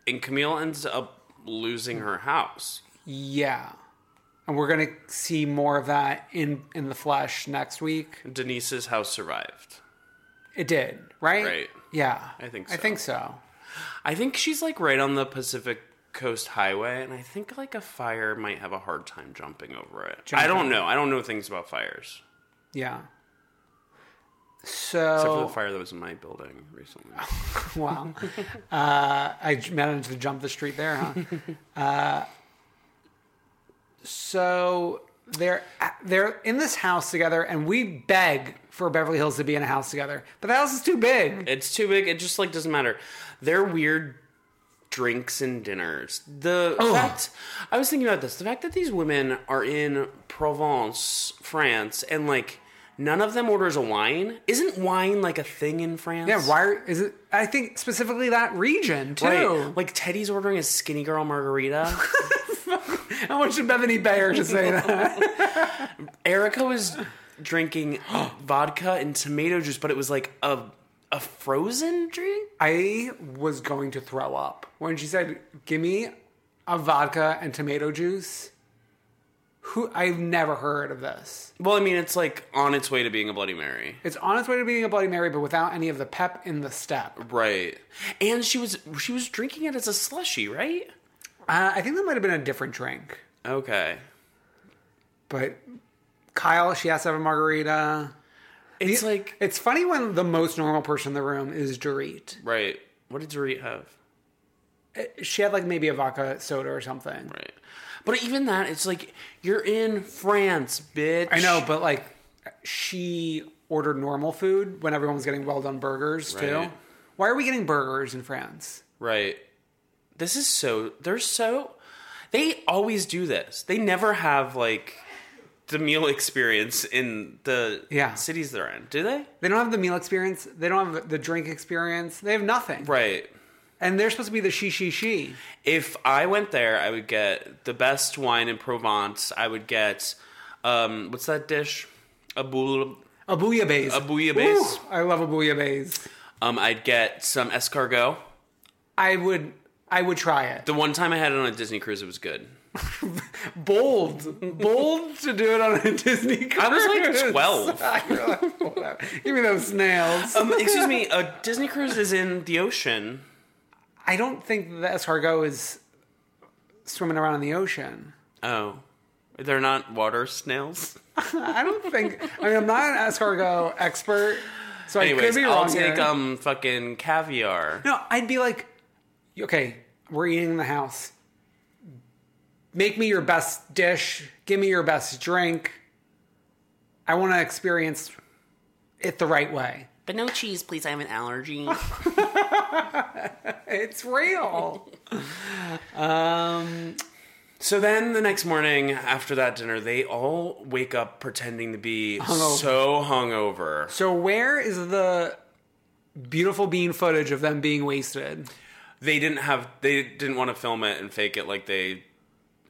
Speaker 1: And Camille ends up losing her house.
Speaker 2: Yeah. And we're going to see more of that in in the flesh next week.
Speaker 1: Denise's house survived.
Speaker 2: It did, right?
Speaker 1: Right.
Speaker 2: Yeah.
Speaker 1: I think
Speaker 2: I
Speaker 1: so.
Speaker 2: think so.
Speaker 1: I think she's like right on the Pacific Coast Highway, and I think like a fire might have a hard time jumping over it. I
Speaker 2: Jumping.
Speaker 1: don't know. I don't know things about fires.
Speaker 2: Yeah.
Speaker 1: Except for
Speaker 2: So
Speaker 1: the fire that was in my building recently.
Speaker 2: [laughs]
Speaker 1: [laughs]
Speaker 2: wow, uh, I j- managed to jump the street there, huh? uh,
Speaker 1: [laughs]
Speaker 2: so they're uh, they're in this house together, and we beg for Beverly Hills to be in a house together, but the house is too big.
Speaker 1: It's too big. It just like doesn't matter. They're weird drinks and dinners. The fact I was thinking about this. The fact that these women are in Provence, France, and like none of them orders a wine. Isn't wine like a thing in France?
Speaker 2: Yeah, why are- is it? I think specifically that region too.
Speaker 1: Right. Like Teddy's ordering a skinny girl margarita.
Speaker 2: [laughs]
Speaker 1: [laughs]
Speaker 2: I want you, Bethany Bayer, to say that.
Speaker 1: Erica was [gasps] drinking vodka and tomato juice, but it was like a a frozen drink.
Speaker 2: I was going to throw up when she said, "Give me a vodka and tomato juice." Who I've never heard of this.
Speaker 1: Well, I mean, it's like on its way to being a Bloody Mary.
Speaker 2: It's on its way to being a Bloody Mary, but without any of the pep in the step.
Speaker 1: Right. And she was she was drinking it as a slushy, right?
Speaker 2: Uh, I think that might have been a different drink,
Speaker 1: Okay.
Speaker 2: but Kyle, she has to have a margarita.
Speaker 1: It's like
Speaker 2: It's funny when the most normal person in the room is Dorit.
Speaker 1: right. What did Dorit have?
Speaker 2: She had like maybe a vodka soda or something.
Speaker 1: Right. But even that, it's like you're in France, bitch.
Speaker 2: I know, but like she ordered normal food when everyone was getting well done burgers too.
Speaker 1: Right.
Speaker 2: Why are we getting burgers in France?
Speaker 1: Right. This is so. They're so. They always do this. They never have like the meal [laughs] experience in the
Speaker 2: Yeah.
Speaker 1: cities they're in, do they?
Speaker 2: They don't have the meal experience. They don't have the drink experience. They have nothing.
Speaker 1: Right.
Speaker 2: And they're supposed to be the she, she, she.
Speaker 1: If I went there, I would get the best wine in Provence. I would get um, what's that dish? A boule.
Speaker 2: A bouillabaisse.
Speaker 1: A bouillabaisse.
Speaker 2: Ooh, I love a bouillabaisse.
Speaker 1: Um, I'd get some escargot.
Speaker 2: I would, I would try it.
Speaker 1: The one time I had it on a Disney cruise, it was good.
Speaker 2: Bold, bold to do it on a Disney cruise.
Speaker 1: I was
Speaker 2: [laughs]
Speaker 1: like 12.
Speaker 2: Give me those snails.
Speaker 1: Um, excuse me, a Disney cruise is in the ocean.
Speaker 2: I don't think the escargot is swimming around in the ocean.
Speaker 1: Oh, they're not water snails.
Speaker 2: I don't think. I mean, I'm not an escargot expert, so I could
Speaker 1: Anyways,
Speaker 2: be wrong.
Speaker 1: I'll take
Speaker 2: here.
Speaker 1: um fucking caviar.
Speaker 2: No, I'd be like, okay, we're eating in the house. Make me your best dish. Give me your best drink. I want to experience it the right way.
Speaker 1: But no cheese, please. I have an allergy.
Speaker 2: [laughs] It's
Speaker 1: [laughs]
Speaker 2: real.
Speaker 1: so then the next morning after that dinner, they all wake up pretending to be so hungover.
Speaker 2: so where is the beautiful bean footage of them being wasted? [laughs]
Speaker 1: They didn't have they didn't want to film it and fake it like they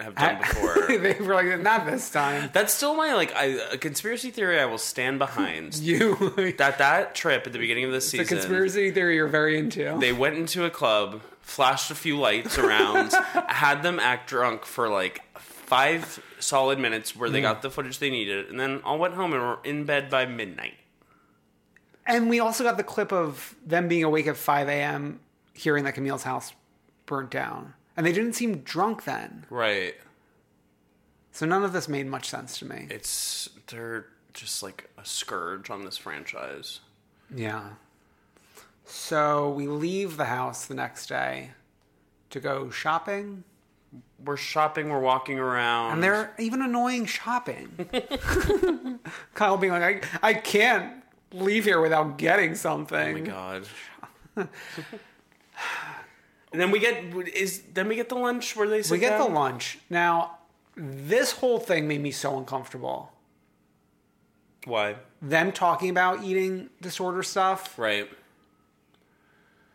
Speaker 1: have done before. [laughs]
Speaker 2: they were like, not this time.
Speaker 1: That's still my like I, a conspiracy theory I will stand behind.
Speaker 2: You,
Speaker 1: that that trip at the beginning of the
Speaker 2: the
Speaker 1: season,
Speaker 2: conspiracy theory you're very into.
Speaker 1: they went into a club, flashed a few lights
Speaker 2: [laughs]
Speaker 1: around, had them act drunk for like five solid minutes where
Speaker 2: Mm.
Speaker 1: they got the footage they needed, and then all went home and were in bed by midnight.
Speaker 2: And we also got the clip of them being awake at 5 a.m., hearing that Camille's house burnt down. And they didn't seem drunk then.
Speaker 1: Right.
Speaker 2: So none of this made much sense to me.
Speaker 1: It's they're just like a scourge on this franchise.
Speaker 2: Yeah. So we leave the house the next day to go shopping.
Speaker 1: We're shopping, we're walking around.
Speaker 2: And they're even annoying shopping. [laughs] Kyle being like, I, I can't leave here without getting something.
Speaker 1: Oh my god.
Speaker 2: [laughs]
Speaker 1: and then we get is then we get the lunch where they sit
Speaker 2: We get the
Speaker 1: down?
Speaker 2: lunch. Now, this whole thing made me so uncomfortable.
Speaker 1: Why?
Speaker 2: them talking about eating disorder stuff.
Speaker 1: Right.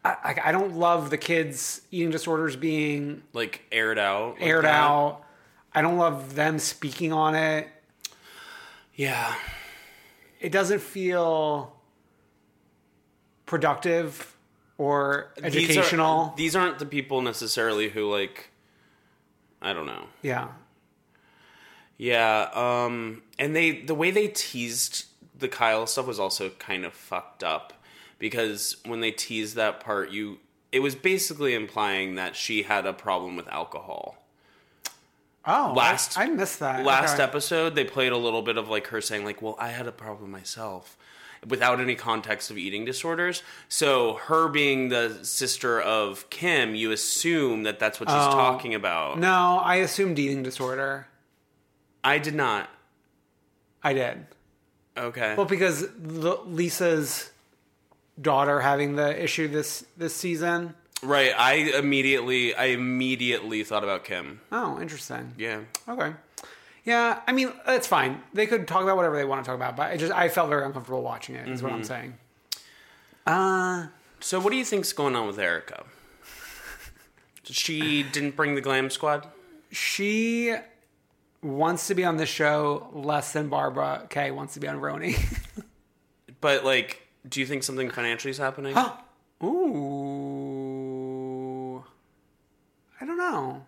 Speaker 2: I, I, I don't love the kids' eating disorders being
Speaker 1: Like aired out. like
Speaker 2: aired
Speaker 1: that?
Speaker 2: out. I don't love them speaking on it.
Speaker 1: Yeah.
Speaker 2: It doesn't feel productive or educational.
Speaker 1: These, are, not the people necessarily who like I don't know.
Speaker 2: yeah.
Speaker 1: Yeah, um and they the way they teased the Kyle stuff was also kind of fucked up because when they teased that part you it was basically implying that she had a problem with alcohol.
Speaker 2: Oh,
Speaker 1: Last-
Speaker 2: I, I missed that.
Speaker 1: last
Speaker 2: Okay.
Speaker 1: episode they played a little bit of like her saying like well i had a problem myself without any context of eating disorders. So her being the sister of Kim, you assume that that's what she's talking about.
Speaker 2: Oh. No, I assumed eating disorder.
Speaker 1: I did not.
Speaker 2: I did.
Speaker 1: Okay.
Speaker 2: Well, because L- Lisa's daughter having the issue this this season.
Speaker 1: right. I immediately I immediately thought about Kim.
Speaker 2: Oh, interesting.
Speaker 1: Yeah.
Speaker 2: Okay. Yeah, I mean that's fine. They could talk about whatever they want to talk about, but I just I felt very uncomfortable watching it. Is what
Speaker 1: Mm-hmm.
Speaker 2: I'm saying. Uh,
Speaker 1: So what do you think's going on with Erica? She didn't bring the glam squad?
Speaker 2: she wants to be on this show less than Barbara Kay wants to be on Roni. [laughs]
Speaker 1: But like, do you think something financially is happening?
Speaker 2: Ooh, I don't know.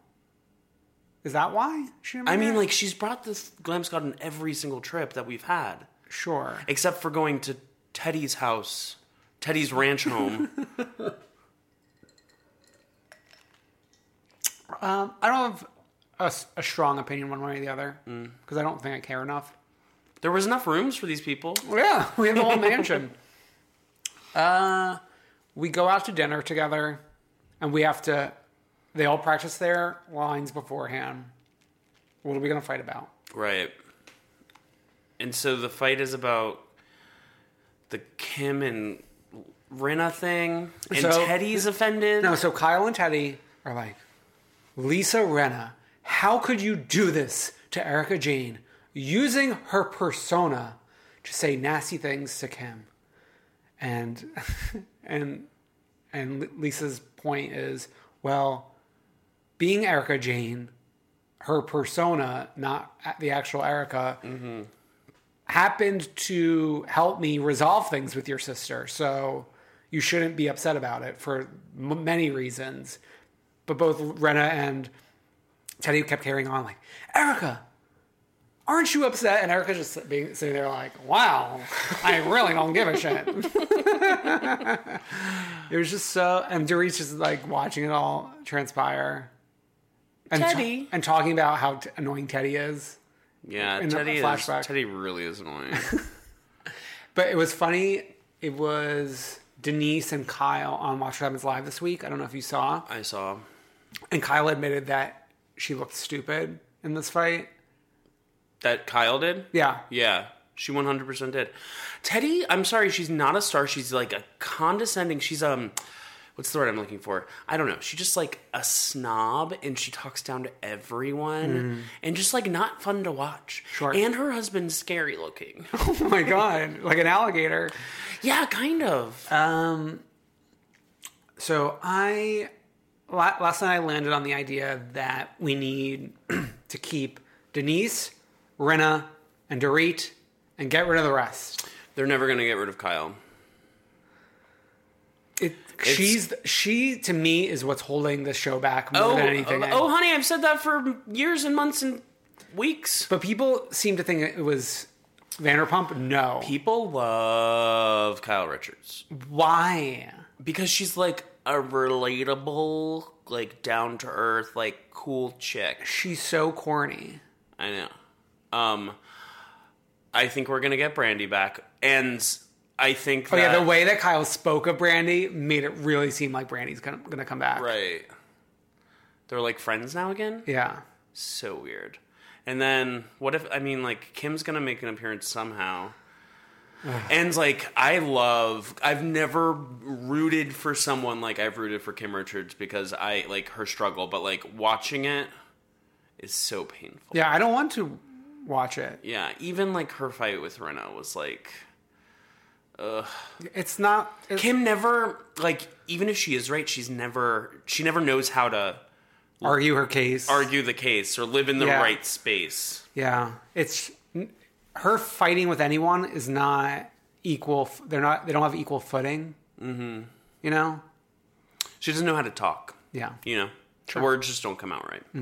Speaker 2: Is that why? She didn't
Speaker 1: I
Speaker 2: bring
Speaker 1: mean,
Speaker 2: her?
Speaker 1: like she's brought this glam squad on every single trip that we've had,
Speaker 2: sure.
Speaker 1: except for going to Teddy's house, Teddy's ranch [laughs] home.
Speaker 2: Um, I don't have a, s- a strong opinion one way or the other
Speaker 1: Mm.
Speaker 2: because I don't think I care enough.
Speaker 1: there was enough rooms for these people.
Speaker 2: Yeah, we have a whole mansion. Uh, we go out to dinner together, and we have to. They all practice their lines beforehand. What are we gonna fight about?
Speaker 1: Right. And so the fight is about the Kim and Rena thing, and
Speaker 2: So-
Speaker 1: Teddy's offended.
Speaker 2: No, so Kyle and Teddy are like, Lisa Renna, how could you do this to Erica Jane using her persona to say nasty things to Kim? And [laughs] and and Lisa's point is, well, being Erica Jane, her persona, not the actual Erica, happened to help me resolve things with your sister. So you shouldn't be upset about it for m- many reasons. But both Rena and Teddy kept carrying on like, Erica, aren't you upset? And Erica's just sit- being, sitting there like, wow, I really don't give a shit. [laughs] it was just so, and Dorit's just like watching it all transpire. And ta-
Speaker 1: Teddy.
Speaker 2: and talking about how t- annoying Teddy is.
Speaker 1: yeah,
Speaker 2: in the
Speaker 1: Teddy is,
Speaker 2: flashback.
Speaker 1: Teddy really
Speaker 2: [laughs]
Speaker 1: is annoying.
Speaker 2: But it was funny. It was Denise and Kyle on Watch What Happens Live this week. I don't know if you saw.
Speaker 1: I saw.
Speaker 2: And Kyle admitted that she looked stupid in this fight.
Speaker 1: That Kyle did?
Speaker 2: Yeah. [laughs]
Speaker 1: Yeah, she 100% did. Teddy, I'm sorry, she's not a star. She's like a condescending, she's um what's the word I'm looking for? I don't know. She's just like a snob and she talks down to everyone and just like not fun to watch.
Speaker 2: Mm-hmm. Sure.
Speaker 1: And her husband's
Speaker 2: [laughs]
Speaker 1: scary looking.
Speaker 2: Oh my god, like an alligator.
Speaker 1: yeah, kind of.
Speaker 2: Um so I la- last night I landed on the idea that we need [clears throat] to keep Denise, Renna, and Dorit and get rid of the rest.
Speaker 1: They're never going to get rid of Kyle.
Speaker 2: It, she's she to me is what's holding this show back more
Speaker 1: Oh,
Speaker 2: than anything.
Speaker 1: oh, oh, honey, I've said that for years and months and weeks.
Speaker 2: But people seem to think it was Vanderpump. No.
Speaker 1: People love Kyle Richards.
Speaker 2: Why?
Speaker 1: because she's like a relatable, like down to earth, like cool chick.
Speaker 2: She's so corny.
Speaker 1: I know. Um, I think we're gonna get Brandy back, and I think
Speaker 2: Oh
Speaker 1: that,
Speaker 2: yeah, the way that Kyle spoke of Brandy made it really seem like Brandy's gonna, gonna come back.
Speaker 1: right. They're like friends now again.
Speaker 2: Yeah.
Speaker 1: So weird. And then what if I mean like Kim's gonna make an appearance somehow.
Speaker 2: [sighs]
Speaker 1: and like I love I've never rooted for someone like I've rooted for Kim Richards because I like her struggle, but like watching it is so painful.
Speaker 2: Yeah. I don't want to watch it.
Speaker 1: Yeah, even like her fight with Rena was like
Speaker 2: It's not. It's,
Speaker 1: Kim never like even if she is right, she's never she never knows how to
Speaker 2: argue her case.
Speaker 1: argue the case or live in the
Speaker 2: Yeah.
Speaker 1: right space.
Speaker 2: Yeah. It's her fighting with anyone is not equal. f- They're not. They don't have equal footing. Mm-hmm. You know.
Speaker 1: She doesn't know how to talk.
Speaker 2: Yeah.
Speaker 1: You know? The words just don't come out right.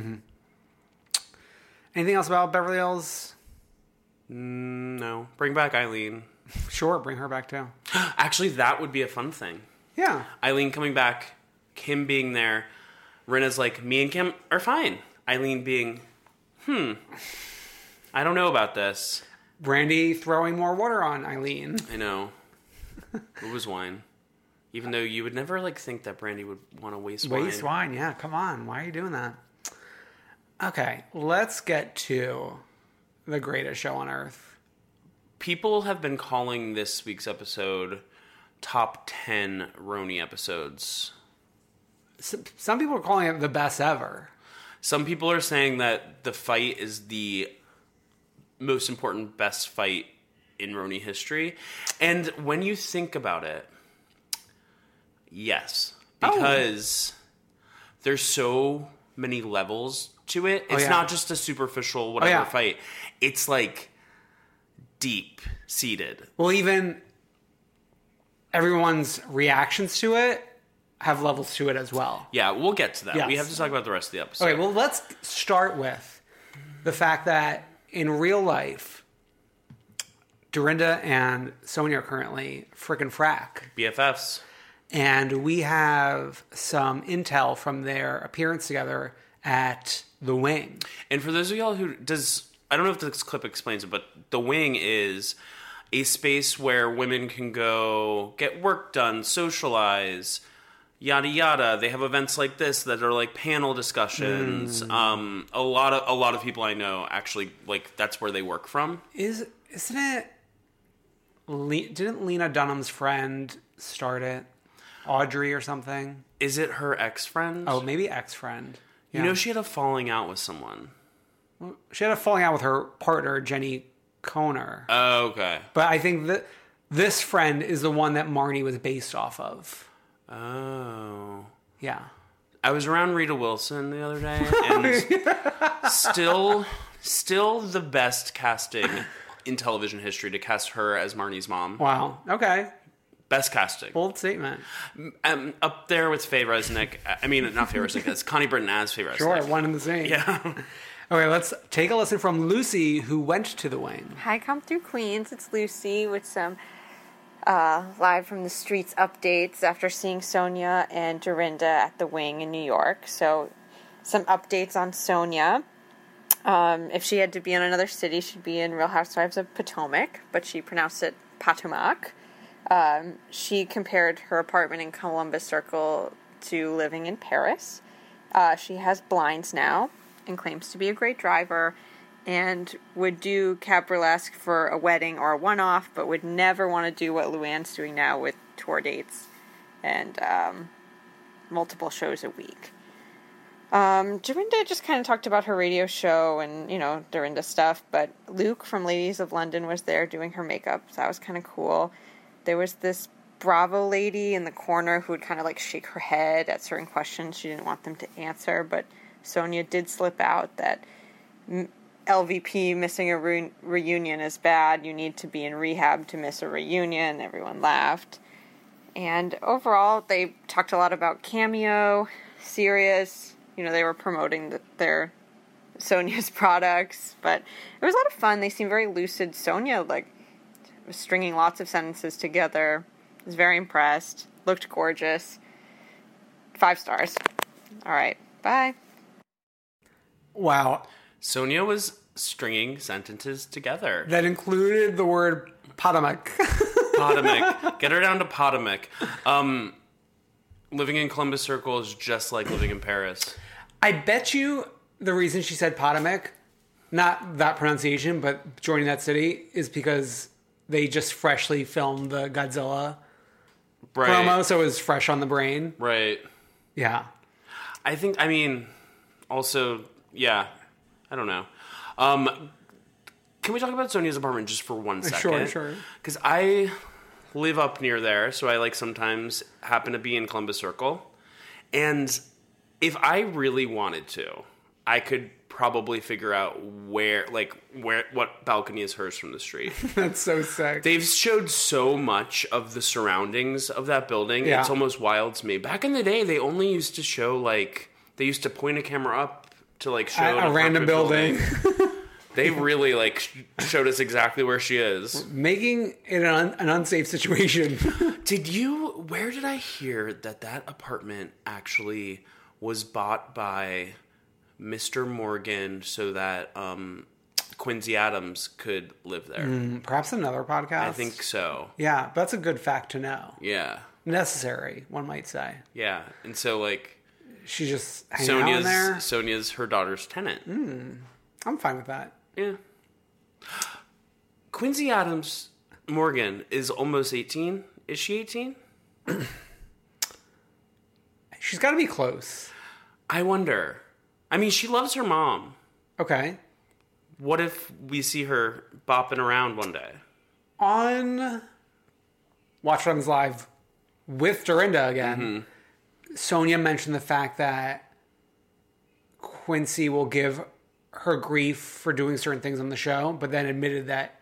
Speaker 2: Anything else about Beverly Hills?
Speaker 1: No. Bring back Eileen.
Speaker 2: Sure. Bring her back too.
Speaker 1: Actually, that would be a fun thing.
Speaker 2: Yeah.
Speaker 1: Eileen coming back, Kim being there. Rena's like, me and Kim are fine. Eileen being, hmm, I don't know about this.
Speaker 2: Brandy throwing more water on Eileen. [laughs]
Speaker 1: I know. It was wine. Even though you would never like think that Brandy would want to waste,
Speaker 2: Waste wine, yeah. Come on, why are you doing that? Okay, let's get to the greatest show on earth.
Speaker 1: People have been calling this week's episode top 10 Roni episodes.
Speaker 2: S- Some people are calling it the best ever.
Speaker 1: Some people are saying that the fight is the most important best fight in Roni history. And when you think about it, yes,
Speaker 2: Oh.
Speaker 1: because there's so many levels to it. It's
Speaker 2: Oh, yeah. Oh,
Speaker 1: not just a superficial whatever
Speaker 2: yeah.
Speaker 1: fight. It's like deep seated.
Speaker 2: Well, even everyone's reactions to it have levels to it as well.
Speaker 1: Yeah, we'll get to that. We
Speaker 2: Yes.
Speaker 1: have to talk about the rest of the episode.
Speaker 2: Okay, well, let's start with the fact that in real life, Dorinda and Sonia are currently frickin' frack.
Speaker 1: BFFs.
Speaker 2: And we have some intel from their appearance together at The Wing.
Speaker 1: And for those of y'all who does, I don't know if this clip explains it, but the wing is a space where women can go get work done, socialize, yada yada. They have events like this that are like panel discussions. Um, a lot of a lot of people I know actually like that's where they work from.
Speaker 2: Is, isn't it. Le- didn't Lena Dunham's friend start it? Audrey or something?
Speaker 1: Is it her ex friend?
Speaker 2: Oh, maybe ex friend.
Speaker 1: you know she had a falling out with someone.
Speaker 2: She had a falling out with her partner, Jenny Conner.
Speaker 1: Oh, okay.
Speaker 2: But I think that this friend is the one that Marnie was based off of.
Speaker 1: Oh.
Speaker 2: Yeah.
Speaker 1: I was around Rita Wilson the other day, and still, still the best casting in television history to cast her as Marnie's mom.
Speaker 2: Wow. Okay.
Speaker 1: Best casting,
Speaker 2: Bold statement.
Speaker 1: um, up there with Faye Resnick. I mean, not Faye Resnick. It's Connie Britton as Faye Resnick.
Speaker 2: Sure. One and the same. Yeah. [laughs] okay. Let's take a listen from Lucy, who went to the wing.
Speaker 4: Hi, come through Queens. It's Lucy with some uh, live from the streets updates after seeing Sonia and Dorinda at the Wing in New York. So, some updates on Sonia. Um, if she had to be in another city, she'd be in Real Housewives of Potomac, but she pronounced it Potomac. Um, she compared her apartment in Columbus Circle to living in Paris. Uh, she has blinds now and claims to be a great driver and would do cab burlesque for a wedding or a one off, but would never want to do what Luann's doing now with tour dates and um, multiple shows a week. Um, Dorinda just kind of talked about her radio show and, you know, Dorinda stuff, but Luke from Ladies of London was there doing her makeup. So that was kind of cool. There was this Bravo lady in the corner who would kind of like shake her head at certain questions she didn't want them to answer, but Sonia did slip out that mm, LVP missing a re- reunion is bad. You need to be in rehab to miss a reunion. Everyone laughed. And overall, they talked a lot about Cameo, Sirius. You know, they were promoting the, their Sonya's [laughs] products, but it was a lot of fun. They seemed very lucid. Sonya, like, was stringing lots of sentences together. Was very impressed. Looked gorgeous. Five stars. All right. Bye.
Speaker 2: Wow.
Speaker 1: Sonia was stringing sentences together.
Speaker 2: That included the word Potomac. [laughs]
Speaker 1: Potomac. Get her down to Potomac. Um, living in Columbus Circle is just like living in Paris.
Speaker 2: I bet you the reason she said Potomac, not that pronunciation, but joining that city, is because they just freshly filmed the Godzilla
Speaker 1: Right.
Speaker 2: promo, so it was fresh on the brain.
Speaker 1: Right.
Speaker 2: Yeah.
Speaker 1: I think I mean also yeah, I don't know. Um can we talk about Sonia's apartment just for one
Speaker 2: [laughs]
Speaker 1: second?
Speaker 2: Sure, sure.
Speaker 1: Cuz I live up near there, so I like sometimes happen to be in Columbus Circle. And if I really wanted to, I could probably figure out where like where what balcony is hers from
Speaker 2: [laughs]
Speaker 1: the street.
Speaker 2: That's so sick.
Speaker 1: They've showed so much of the surroundings of that building.
Speaker 2: Yeah.
Speaker 1: It's almost wild to me. Back in the day, they only used to show like they used to point a camera up to like show an
Speaker 2: At a
Speaker 1: apartment
Speaker 2: random building.
Speaker 1: [laughs]
Speaker 2: [laughs]
Speaker 1: They really like sh- showed us exactly where she is.
Speaker 2: making it an, un- an unsafe
Speaker 1: [laughs]
Speaker 2: situation.
Speaker 1: Did you? Where did I hear that that apartment actually was bought by Mr. Morgan so that um, Quincy Adams could live there.
Speaker 2: Mm. Perhaps another podcast.
Speaker 1: I think so.
Speaker 2: Yeah, but that's a good fact to know.
Speaker 1: Yeah.
Speaker 2: Necessary, one might say.
Speaker 1: Yeah. And so like
Speaker 2: She just hanging out in there. Mm.
Speaker 1: Sonia's Sonia's her daughter's tenant.
Speaker 2: I'm fine with that.
Speaker 1: Yeah. Quincy Adams Morgan is almost 18. Is she 18?
Speaker 2: She's got to be close.
Speaker 1: I wonder. I mean, she loves her mom.
Speaker 2: Okay.
Speaker 1: What if we see her bopping around one day?
Speaker 2: On Watch Runs Live with Dorinda again,
Speaker 1: Mm-hmm.
Speaker 2: Sonia mentioned the fact that Quincy will give her grief for doing certain things on the show, but then admitted that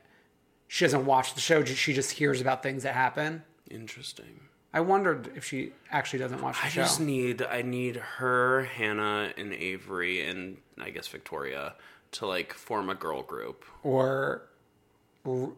Speaker 2: she doesn't watch the show. ju- She just hears about things that happen.
Speaker 1: Interesting.
Speaker 2: I wondered if she actually doesn't watch the
Speaker 1: I
Speaker 2: show.
Speaker 1: just need I need her, Hannah, and Avery, and I guess Victoria to like form a girl group.
Speaker 2: or r-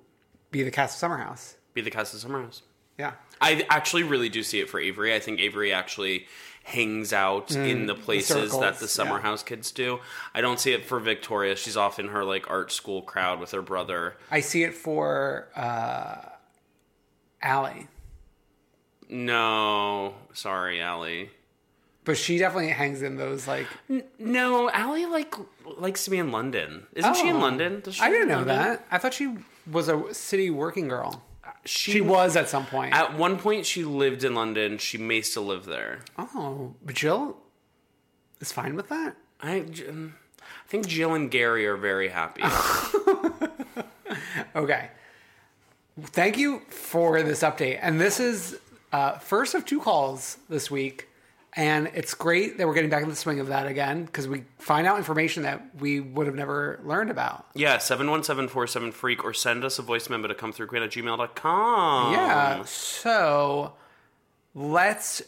Speaker 2: be the cast of Summer House.
Speaker 1: Be the cast of Summer House.
Speaker 2: Yeah.
Speaker 1: I actually really do see it for Avery. I think Avery actually hangs out in the places that
Speaker 2: Mm, circles,
Speaker 1: the summer
Speaker 2: yeah.
Speaker 1: house kids do. I don't see it for Victoria. She's off in her like art school crowd with her brother.
Speaker 2: I see it for uh, Allie,
Speaker 1: No, sorry, Allie.
Speaker 2: but she definitely hangs in those like.
Speaker 1: No, Allie like likes to be in London. Isn't she in
Speaker 2: Oh.
Speaker 1: London? Does she
Speaker 2: I
Speaker 1: live
Speaker 2: didn't
Speaker 1: in
Speaker 2: know
Speaker 1: London?
Speaker 2: that. I thought she was a city working girl. She
Speaker 1: Mm.
Speaker 2: was at some point.
Speaker 1: At one point, she lived in London. She may still live there.
Speaker 2: oh, but Jill is fine with that.
Speaker 1: I, um, I think Jill and Gary are very happy.
Speaker 2: [laughs] Okay. Thank you for this update. And this is uh, first of two calls this week. And it's great that we're getting back in the swing of that again because we find out information that we would have never learned about.
Speaker 1: yeah, 717 Freak, or send us a voice memo to come through queen at gmail.com.
Speaker 2: Yeah. Uh, So let's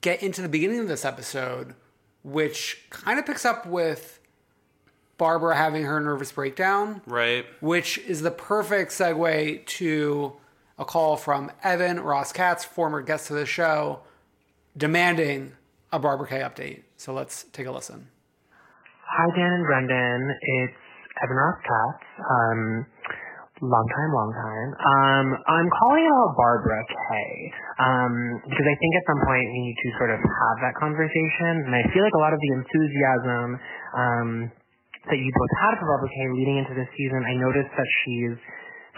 Speaker 2: get into the beginning of this episode, which kind of picks up with Barbara having her nervous breakdown,
Speaker 1: Right.
Speaker 2: which is the perfect segue to a call from Evan Ross Katz, former guest of the show, demanding a Barbara K update. So let's take a listen.
Speaker 5: Hi, Dan and Brendan. It's Evan Ross Katz. Um, long time, long time. Um, I'm calling about Barbara Kay um, because I think at some point we need to sort of have that conversation, and I feel like a lot of the enthusiasm um, that you both had for Barbara Kay leading into this season, I noticed that she's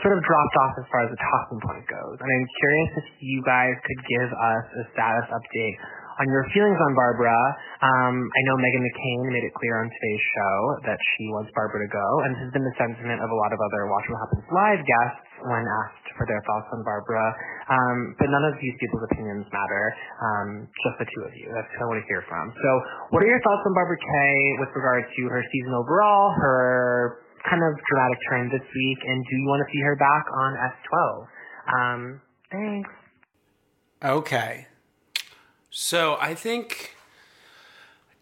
Speaker 5: sort of dropped off as far as the talking point goes, and I'm curious if you guys could give us a status update on your feelings on Barbara. Um, I know Megan McCain made it clear on today's show that she wants Barbara to go, and this has been the sentiment of a lot of other Watch What Happens Live guests when asked for their thoughts on Barbara. Um, but none of these people's opinions matter, um, just the two of you. That's who I want to hear from. So, what are your thoughts on Barbara Kay with regard to her season overall, her kind of dramatic turn this week, and do you want to see her back on S12? Um, thanks.
Speaker 2: Okay.
Speaker 1: So I think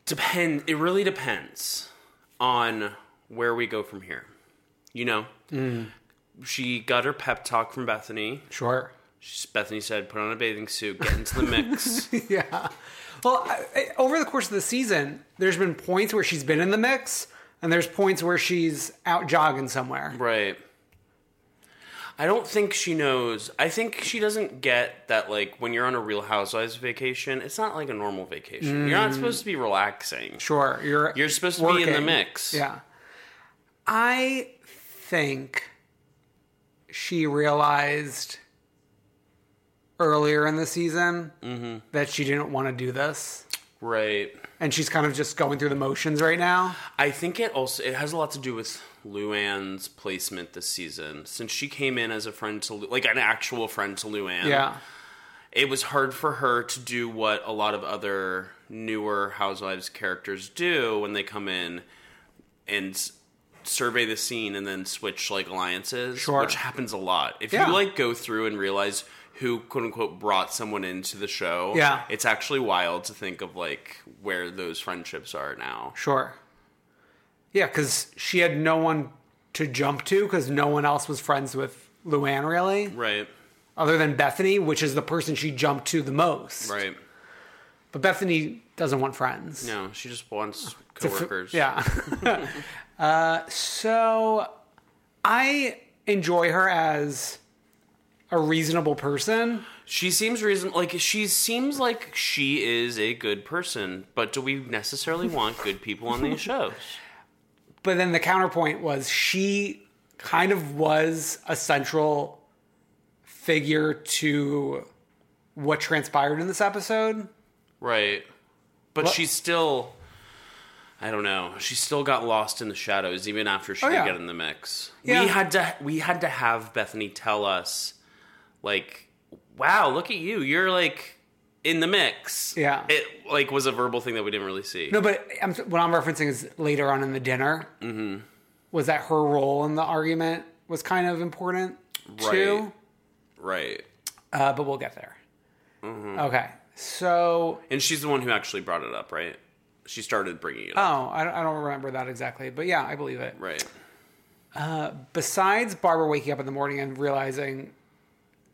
Speaker 1: depend. It really depends on where we go from here. You know, she got her pep talk from Bethany.
Speaker 2: Sure.
Speaker 1: She's, Bethany said, "Put on a bathing suit, get into
Speaker 2: [laughs]
Speaker 1: the mix."
Speaker 2: [laughs] Yeah. Well, I, I, over the course of the season, there's been points where she's been in the mix, and there's points where she's out jogging somewhere.
Speaker 1: right. I don't think she knows. I think she doesn't get that, like, when you're on a Real Housewives vacation, it's not like a normal vacation. You're not supposed to be relaxing.
Speaker 2: Sure, you're
Speaker 1: You're supposed to be in the
Speaker 2: working.
Speaker 1: mix.
Speaker 2: Yeah. I think she realized earlier in the season that she didn't want to do this,
Speaker 1: Right.
Speaker 2: and she's kind of just going through the motions right now.
Speaker 1: I think it also it has a lot to do with Luann's placement this season. Since she came in as a friend to Lu- like an actual friend to Luann,
Speaker 2: Yeah.
Speaker 1: it was hard for her to do what a lot of other newer Housewives characters do when they come in and s- survey the scene and then switch like alliances,
Speaker 2: Sure.
Speaker 1: which happens a lot. If
Speaker 2: Yeah.
Speaker 1: you like go through and realize who quote unquote brought someone into the show,
Speaker 2: Yeah.
Speaker 1: it's actually wild to think of like where those friendships are now.
Speaker 2: Sure. Yeah, because she had no one to jump to because no one else was friends with Luann, really,
Speaker 1: Right.
Speaker 2: other than Bethany, which is the person she jumped to the most.
Speaker 1: Right.
Speaker 2: But Bethany doesn't want friends.
Speaker 1: No, she just wants
Speaker 2: It's a f-
Speaker 1: coworkers.
Speaker 2: yeah. uh, so I enjoy her as a reasonable person.
Speaker 1: She seems reason like she seems like she is a good person, but do we
Speaker 2: [laughs]
Speaker 1: necessarily want good people on these shows?
Speaker 2: But then the counterpoint was she kind of was a central figure to what transpired in this episode.
Speaker 1: Right. But she's still I don't know. She still got lost in the shadows even after she
Speaker 2: Oh,
Speaker 1: did
Speaker 2: yeah.
Speaker 1: get in the mix.
Speaker 2: Yeah.
Speaker 1: We had to we had to have Bethany tell us like, "Wow, look at you. You're like in the mix."
Speaker 2: Yeah.
Speaker 1: It like was a verbal thing that we didn't really see.
Speaker 2: No, but I'm, what I'm referencing is later on in the dinner. Mm-hmm. Was that her role in the argument was kind of important too?
Speaker 1: Right.
Speaker 2: Uh, but we'll get there. Okay, so
Speaker 1: And she's the one who actually brought it up, right? She started bringing it up.
Speaker 2: oh, I don't, I don't remember that exactly, but yeah, I believe it.
Speaker 1: Right.
Speaker 2: Besides Barbara waking up in the morning and realizing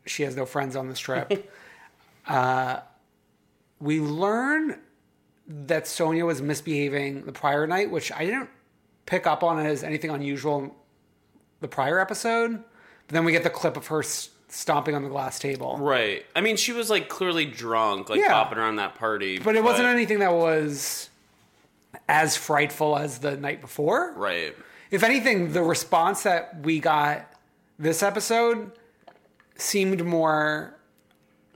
Speaker 2: she has no friends on this trip, uh, we learn that Sonia was misbehaving the prior night, which I didn't pick up on as anything unusual in the prior episode. But then we get the clip of her s- stomping on the glass table.
Speaker 1: Right. I mean, she was like clearly drunk, like
Speaker 2: Yeah.
Speaker 1: popping around that party.
Speaker 2: But it wasn't anything that was as frightful as the night before.
Speaker 1: Right.
Speaker 2: If anything, the response that we got this episode seemed more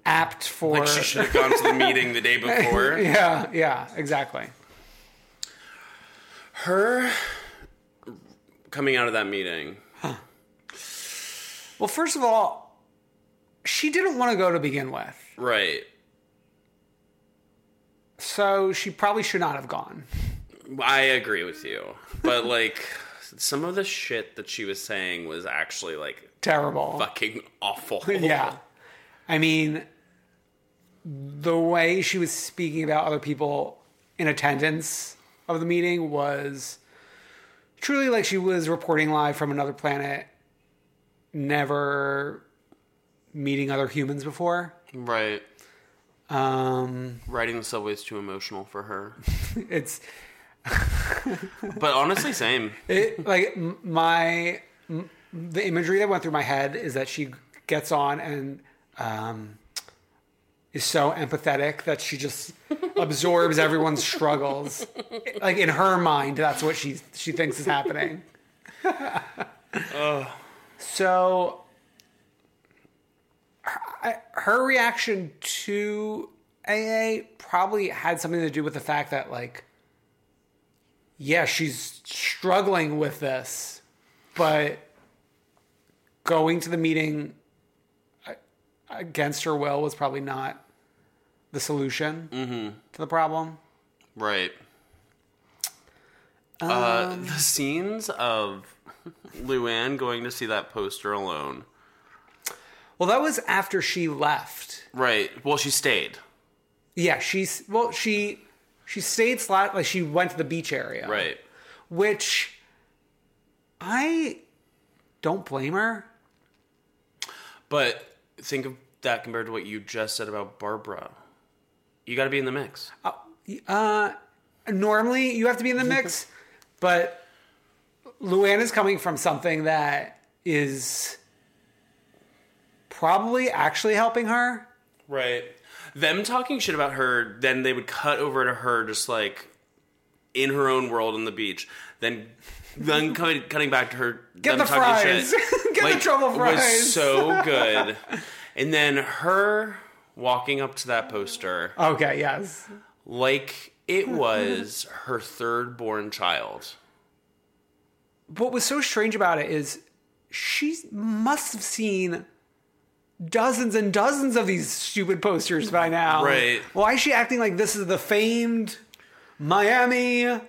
Speaker 2: apt for.
Speaker 1: Like she should have gone to the meeting [laughs] the day before.
Speaker 2: yeah, yeah, exactly.
Speaker 1: Her coming out of that meeting.
Speaker 2: Well, first of all, she didn't want to go to begin with,
Speaker 1: Right.
Speaker 2: so she probably should not have gone.
Speaker 1: I agree with you. But like some of the shit that she was saying was actually like
Speaker 2: Terrible.
Speaker 1: fucking awful.
Speaker 2: Yeah. I mean, the way she was speaking about other people in attendance of the meeting was truly like she was reporting live from another planet, never meeting other humans before.
Speaker 1: [laughs] Right.
Speaker 2: Um,
Speaker 1: Riding the subway is too emotional for her.
Speaker 2: it's
Speaker 1: But honestly, same.
Speaker 2: it, like m- my m- the imagery that went through my head is that she gets on and um, is so empathetic that she just absorbs everyone's struggles. Like in her mind, that's what she she thinks is happening. So her, I- her reaction to AA probably had something to do with the fact that like yeah, she's struggling with this, but going to the meeting a- against her will was probably not the solution to the problem.
Speaker 1: Right. uh, the scenes of Luann going to see that poster alone.
Speaker 2: Well, that was after she left.
Speaker 1: Right. Well, she stayed.
Speaker 2: Yeah, she's well, she she stayed slot like she went to the beach area,
Speaker 1: Right.
Speaker 2: Which I don't blame her.
Speaker 1: But think of that compared to what you just said about Barbara. You got to be in the mix.
Speaker 2: Uh, normally you have to be in the mix, but Luann is coming from something that is probably actually helping her.
Speaker 1: Right. Them talking shit about her, then they would cut over to her just like in her own world on the beach. Then then [laughs] cutting, cutting back to her
Speaker 2: Get
Speaker 1: them
Speaker 2: the
Speaker 1: talking
Speaker 2: fries. [laughs]
Speaker 1: shit,
Speaker 2: Get the trouble fries. [laughs]
Speaker 1: was so good. and then her walking up to that poster
Speaker 2: Okay, yes.
Speaker 1: like it was her third born child.
Speaker 2: What was so strange about it is she must have seen dozens and dozens of these stupid posters by now.
Speaker 1: Right.
Speaker 2: Why is she acting like this is the famed Miami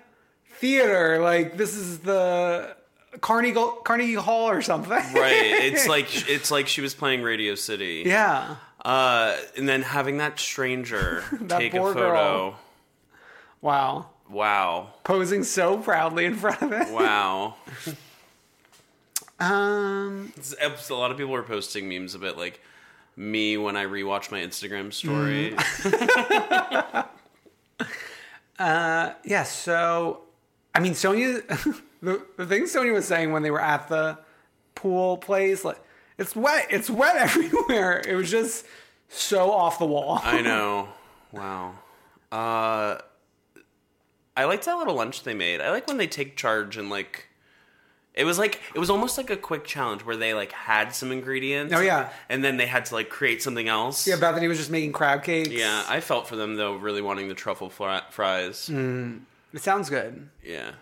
Speaker 2: theater? Like this is the Carnegie Carnegie Hall or something.
Speaker 1: Right. It's like it's like she was playing Radio City.
Speaker 2: [laughs] Yeah.
Speaker 1: Uh, and then having that stranger
Speaker 2: [laughs] That
Speaker 1: take a
Speaker 2: poor
Speaker 1: photo.
Speaker 2: girl. Wow.
Speaker 1: Wow.
Speaker 2: Posing so proudly in front of it.
Speaker 1: Wow.
Speaker 2: Um
Speaker 1: It's- it's- a lot of people are posting memes of it, like me when I rewatch my Instagram story.
Speaker 2: Mm-hmm. yeah, [laughs] so I mean Sonia the, the thing Sonia was saying when they were at the pool place. Like it's wet. It's wet [laughs] everywhere. It was just so off the wall.
Speaker 1: I know. Wow. Uh, I liked that little lunch they made. I like when they take charge and like. It was like it was almost like a quick challenge where they like had some ingredients.
Speaker 2: Oh, yeah.
Speaker 1: and then they had to like create something
Speaker 2: [laughs]
Speaker 1: else.
Speaker 2: yeah, Bethany was just making crab cakes.
Speaker 1: yeah. I felt for them though, really wanting the truffle fri- fries.
Speaker 2: Mm-hmm. it sounds good.
Speaker 1: Yeah,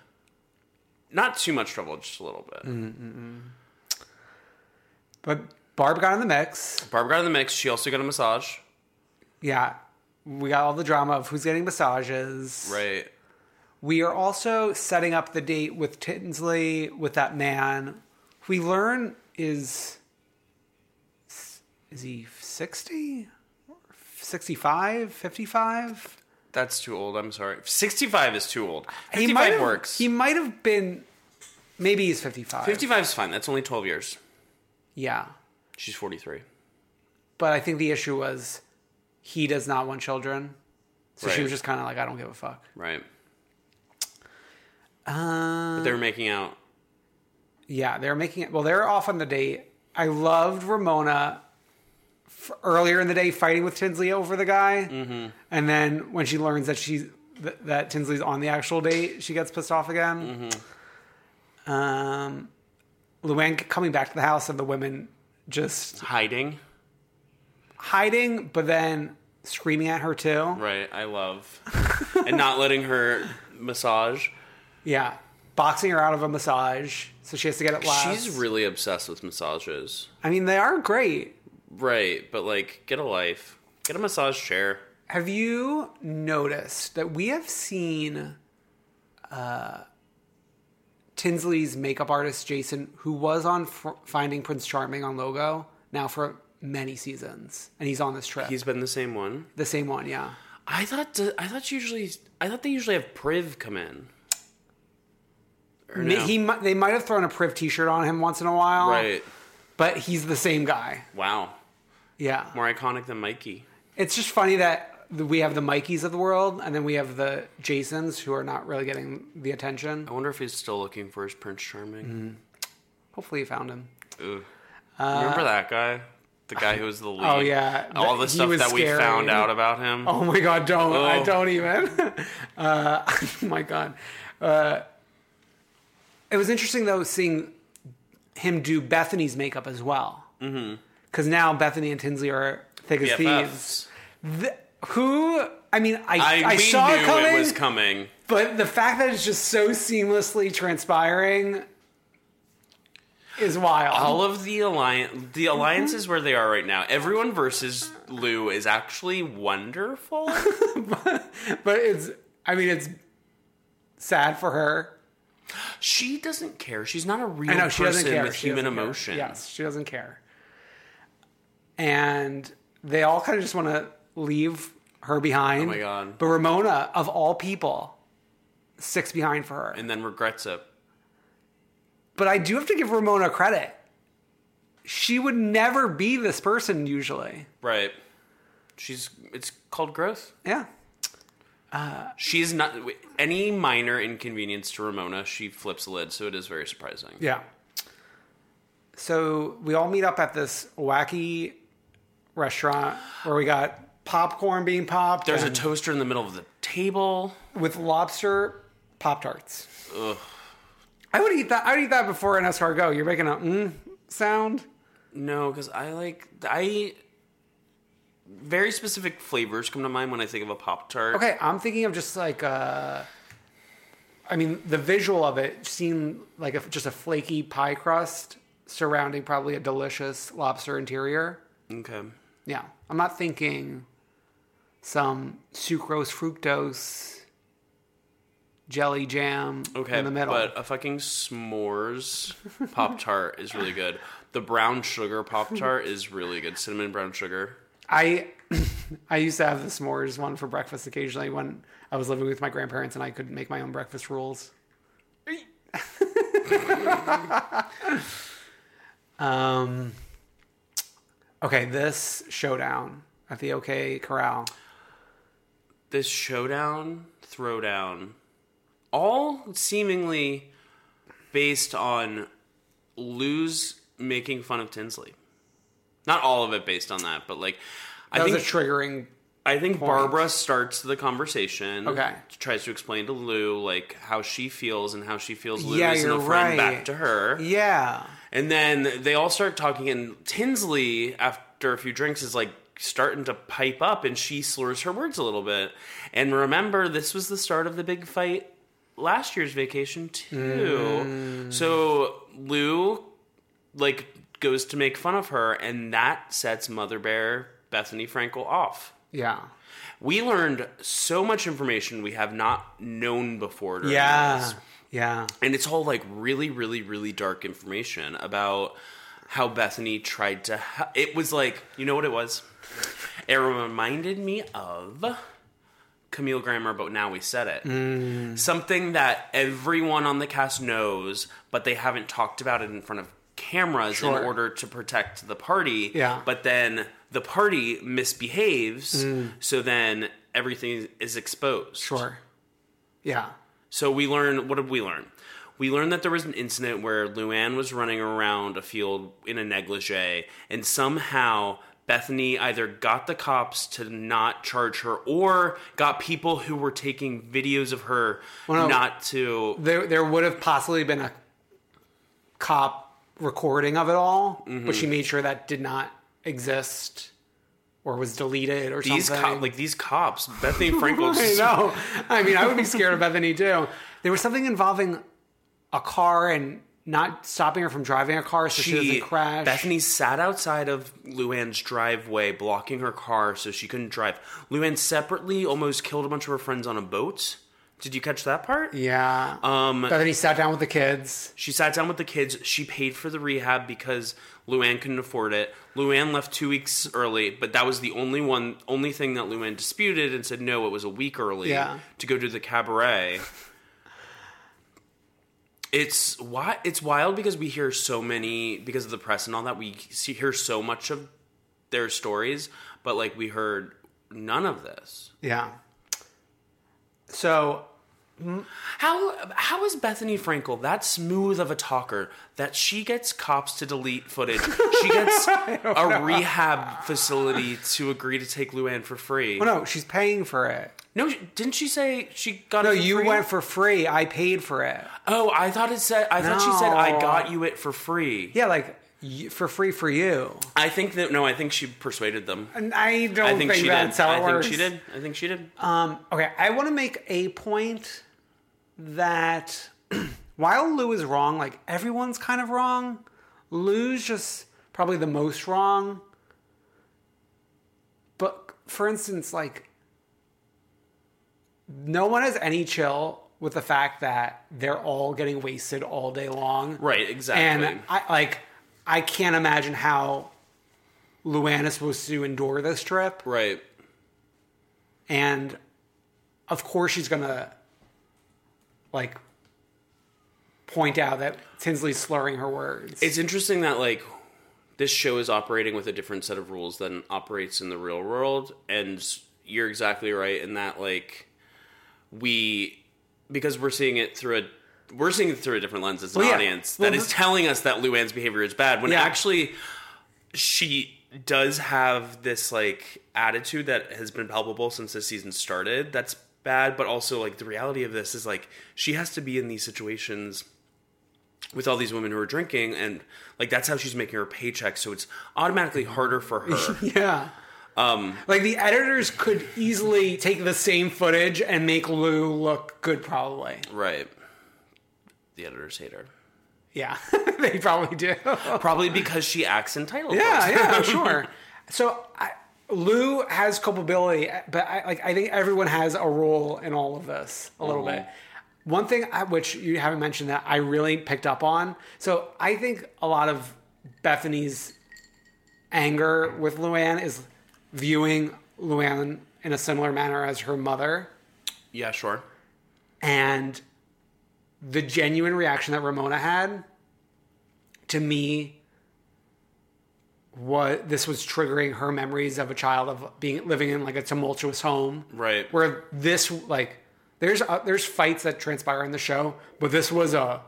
Speaker 1: not too much trouble, just a little bit.
Speaker 2: Mm-hmm. But Barb got in the mix.
Speaker 1: Barbara got in the mix. She also got a massage.
Speaker 2: Yeah. We got all the drama of who's getting massages.
Speaker 1: Right.
Speaker 2: We are also setting up the date with Tinsley, with that man. We learn is is he 60? 65? 55?
Speaker 1: That's too old. I'm sorry. 65 is too old. 55
Speaker 2: he might have,
Speaker 1: works.
Speaker 2: He might have been maybe he's 55.
Speaker 1: 55 is fine. That's only 12 years.
Speaker 2: Yeah.
Speaker 1: She's 43.
Speaker 2: But I think the issue was he does not want children. So she
Speaker 1: Right.
Speaker 2: was just kind of like I don't give a fuck.
Speaker 1: Right.
Speaker 2: Um
Speaker 1: But they were making out.
Speaker 2: Yeah, they're making it. Well, they're off on the date. I loved Ramona f- earlier in the day fighting with Tinsley over the guy, mm-hmm. and then when she learns that she's th- that Tinsley's on the actual date, she gets pissed off again.
Speaker 1: Mm-hmm.
Speaker 2: Um, Luann c- coming back to the house and the women just
Speaker 1: Hiding.
Speaker 2: hiding, but then screaming at her too.
Speaker 1: Right. I love. [laughs] and not letting her massage.
Speaker 2: Yeah, boxing her out of a massage, so she has to get it last.
Speaker 1: She's really obsessed with massages.
Speaker 2: I mean, they are great.
Speaker 1: Right. But like, get a life. Get a massage chair.
Speaker 2: Have you noticed that we have seen uh, Tinsley's makeup artist Jason, who was on F- Finding Prince Charming on Logo now for many seasons, and he's on this trip.
Speaker 1: He's been the same one.
Speaker 2: the same one, yeah.
Speaker 1: I thought. I thought usually. I thought they usually have Priv come in. Or
Speaker 2: Mi-
Speaker 1: no?
Speaker 2: He mi- they might have thrown a Priv T-shirt on him once in a while,
Speaker 1: Right.
Speaker 2: But he's the same guy,
Speaker 1: Wow.
Speaker 2: yeah.
Speaker 1: More iconic than Mikey.
Speaker 2: It's just funny that th- we have the Mikeys of the world, and then we have the Jasons who are not really getting the attention.
Speaker 1: I wonder if he's still looking for his Prince Charming.
Speaker 2: Hopefully, you found him.
Speaker 1: Ugh. Remember that guy? The guy who was the lead.
Speaker 2: Uh, [laughs] Oh, yeah.
Speaker 1: All
Speaker 2: Th-
Speaker 1: the
Speaker 2: he
Speaker 1: stuff
Speaker 2: was
Speaker 1: that we
Speaker 2: scary.
Speaker 1: found out about him.
Speaker 2: Oh my god, don't. I
Speaker 1: Oh.
Speaker 2: don't even. [laughs] Uh, [laughs] oh my god. Uh, it was interesting though seeing him do Bethany's makeup as well.
Speaker 1: Mm-hmm.
Speaker 2: Because now Bethany and Tinsley are thick as thieves.
Speaker 1: BFFs.
Speaker 2: Th- who? I mean, I, I,
Speaker 1: I, we
Speaker 2: saw
Speaker 1: knew
Speaker 2: it coming,
Speaker 1: it was coming.
Speaker 2: but the fact that it's just so seamlessly transpiring is wild.
Speaker 1: All of the alliance, the
Speaker 2: Mm-hmm.
Speaker 1: alliances where they are right now. Everyone versus Lou is
Speaker 2: [laughs]
Speaker 1: actually wonderful.
Speaker 2: but it's, I mean, it's sad for her.
Speaker 1: she doesn't care. She's not a real
Speaker 2: I know she doesn't
Speaker 1: person
Speaker 2: care.
Speaker 1: with
Speaker 2: She
Speaker 1: human
Speaker 2: doesn't care.
Speaker 1: emotion.
Speaker 2: Yes, she doesn't care. And they all kind of just want to leave her behind. Oh
Speaker 1: my God.
Speaker 2: But Ramona, of all people, sticks behind for her.
Speaker 1: And then regrets it.
Speaker 2: but I do have to give Ramona credit. She would never be this person usually.
Speaker 1: Right. She's. It's called growth.
Speaker 2: Yeah.
Speaker 1: She's not any minor inconvenience to Ramona. She flips the lid, so it is very surprising.
Speaker 2: Yeah. So we all meet up at this wacky restaurant where we got popcorn being popped.
Speaker 1: There's a
Speaker 2: and-
Speaker 1: toaster in the middle of the table.
Speaker 2: with lobster pop tarts. I would eat that. I would eat that before an escargot. You're making a mm sound.
Speaker 1: No, because I like I very specific flavors come to mind when I think of a pop tart.
Speaker 2: Okay, I'm thinking of just like uh, I mean, the visual of it seemed like a, just a flaky pie crust surrounding probably a delicious lobster interior.
Speaker 1: Okay.
Speaker 2: Yeah, I'm not thinking some sucrose fructose jelly jam
Speaker 1: Okay.
Speaker 2: in the middle.
Speaker 1: But a fucking s'mores pop tart is really good. The brown sugar pop tart is really good. Cinnamon brown sugar.
Speaker 2: I [clears throat] I used to have the s'mores one for breakfast occasionally when I was living with my grandparents and I could make my own breakfast rules. [laughs] um, okay, this showdown at the OK Corral.
Speaker 1: This showdown, throwdown, all seemingly based on Lou's making fun of Tinsley. Not all of it based on that, but like I
Speaker 2: That
Speaker 1: think
Speaker 2: was a triggering.
Speaker 1: I think Barbara starts the conversation.
Speaker 2: Okay.
Speaker 1: Tries to explain to Lou like how she feels and how she feels Lou
Speaker 2: Yeah,
Speaker 1: isn't a
Speaker 2: you're
Speaker 1: friend
Speaker 2: right.
Speaker 1: back to her.
Speaker 2: Yeah.
Speaker 1: And then they all start talking and Tinsley after a few drinks is like starting to pipe up and she slurs her words a little bit. And remember this was the start of the big fight last year's vacation too.
Speaker 2: Mm.
Speaker 1: So Lou like goes to make fun of her and that sets Mother Bear Bethany Frankel off.
Speaker 2: Yeah.
Speaker 1: We learned so much information we have not known before. during
Speaker 2: Yeah.
Speaker 1: this.
Speaker 2: Yeah.
Speaker 1: And it's all like really, really, really dark information about how Bethany tried to. Ha- it was like, you know what it was? It reminded me of Camille Grammer, but now we said it.
Speaker 2: Mm.
Speaker 1: Something that everyone on the cast knows, but they haven't talked about it in front of cameras in order to protect the party.
Speaker 2: Yeah.
Speaker 1: But then the party misbehaves, so then everything is exposed.
Speaker 2: Mm. Sure. Yeah.
Speaker 1: So we learn what did we learn? We learned that there was an incident where Luann was running around a field in a negligee, and somehow Bethany either got the cops to not charge her or got people who were taking videos of her
Speaker 2: no.
Speaker 1: not to.
Speaker 2: There, there would have possibly been a cop recording of it all, but
Speaker 1: Mm-hmm.
Speaker 2: she made sure that did not exist or was deleted or
Speaker 1: These
Speaker 2: something.
Speaker 1: co-
Speaker 2: [laughs]
Speaker 1: like these cops, Bethany Frankel.
Speaker 2: I know. I mean, I would be scared of Bethany too. There was something involving a car and not stopping her from driving a car so she, doesn't crash.
Speaker 1: Bethany sat outside of Luann's driveway, blocking her car so she couldn't drive. Luann separately almost killed a bunch of her friends on a boat. Did you catch that part?
Speaker 2: Yeah. Um, Bethany sat down with the kids.
Speaker 1: She sat down with the kids. She paid for the rehab because Luann couldn't afford it. Luann left two weeks early, but that was the only one, only thing that Luann disputed and said no. It was a week early
Speaker 2: Yeah.
Speaker 1: to go to the cabaret. It's why it's wild because we hear so many because of the press and all that. We see, hear so much of their stories, but like we heard none of this.
Speaker 2: Yeah. So
Speaker 1: How how is Bethany Frankel that smooth of a talker that she gets cops to delete footage?
Speaker 2: [laughs]
Speaker 1: She gets a rehab facility to agree to take Luann for free.
Speaker 2: Well, oh, no, she's paying for it.
Speaker 1: No, she- didn't she say she got?
Speaker 2: No,
Speaker 1: it for
Speaker 2: you
Speaker 1: free?
Speaker 2: went for free. I paid for it.
Speaker 1: Oh, I thought it said. I thought she said
Speaker 2: No.
Speaker 1: I got you it for free.
Speaker 2: Yeah, like y- for free for you.
Speaker 1: I think that no, I think she persuaded them.
Speaker 2: And I don't
Speaker 1: I
Speaker 2: think,
Speaker 1: think she
Speaker 2: that's
Speaker 1: did.
Speaker 2: how it
Speaker 1: I think
Speaker 2: works.
Speaker 1: she did. I think she did.
Speaker 2: Um, Okay, I want to make a point that [clears throat] while Lou is wrong, like everyone's kind of wrong, Lou's just probably the most wrong. But for instance, like no one has any chill with the fact that they're all getting wasted all day long.
Speaker 1: Right, exactly.
Speaker 2: And I like I can't imagine how Luann is supposed to endure this trip
Speaker 1: right.
Speaker 2: and of course she's gonna like point out that Tinsley's slurring her words.
Speaker 1: It's interesting that like this show is operating with a different set of rules than operates in the real world, and you're exactly right in that like we because we're seeing it through a we're seeing it through a different lens as an
Speaker 2: Well, yeah.
Speaker 1: audience
Speaker 2: Well,
Speaker 1: that is
Speaker 2: the-
Speaker 1: telling us that Luann's behavior is bad when
Speaker 2: Yeah.
Speaker 1: actually she does have this like attitude that has been palpable since this season started that's bad but also like the reality of this is like she has to be in these situations with all these women who are drinking and like that's how she's making her paycheck so it's automatically harder
Speaker 2: [laughs]
Speaker 1: for her
Speaker 2: yeah. Um, like the editors could easily take the same footage and make Lou look good, probably.
Speaker 1: right the editors hate her
Speaker 2: Yeah, [laughs] they probably do.
Speaker 1: probably because she acts entitled
Speaker 2: Yeah, yeah, I'm sure. So I, Lou has culpability, but I, like I think everyone has a role in all of this a
Speaker 1: Mm-hmm.
Speaker 2: little bit. One thing I, which you haven't mentioned that I really picked up on. So I think a lot of Bethany's anger with Luann is viewing Luann in a similar manner as her mother,
Speaker 1: yeah sure
Speaker 2: and the genuine reaction that Ramona had to me what this was triggering her memories of a child of being living in like a tumultuous home
Speaker 1: Right.
Speaker 2: where this like there's uh, there's fights that transpire in the show but this was a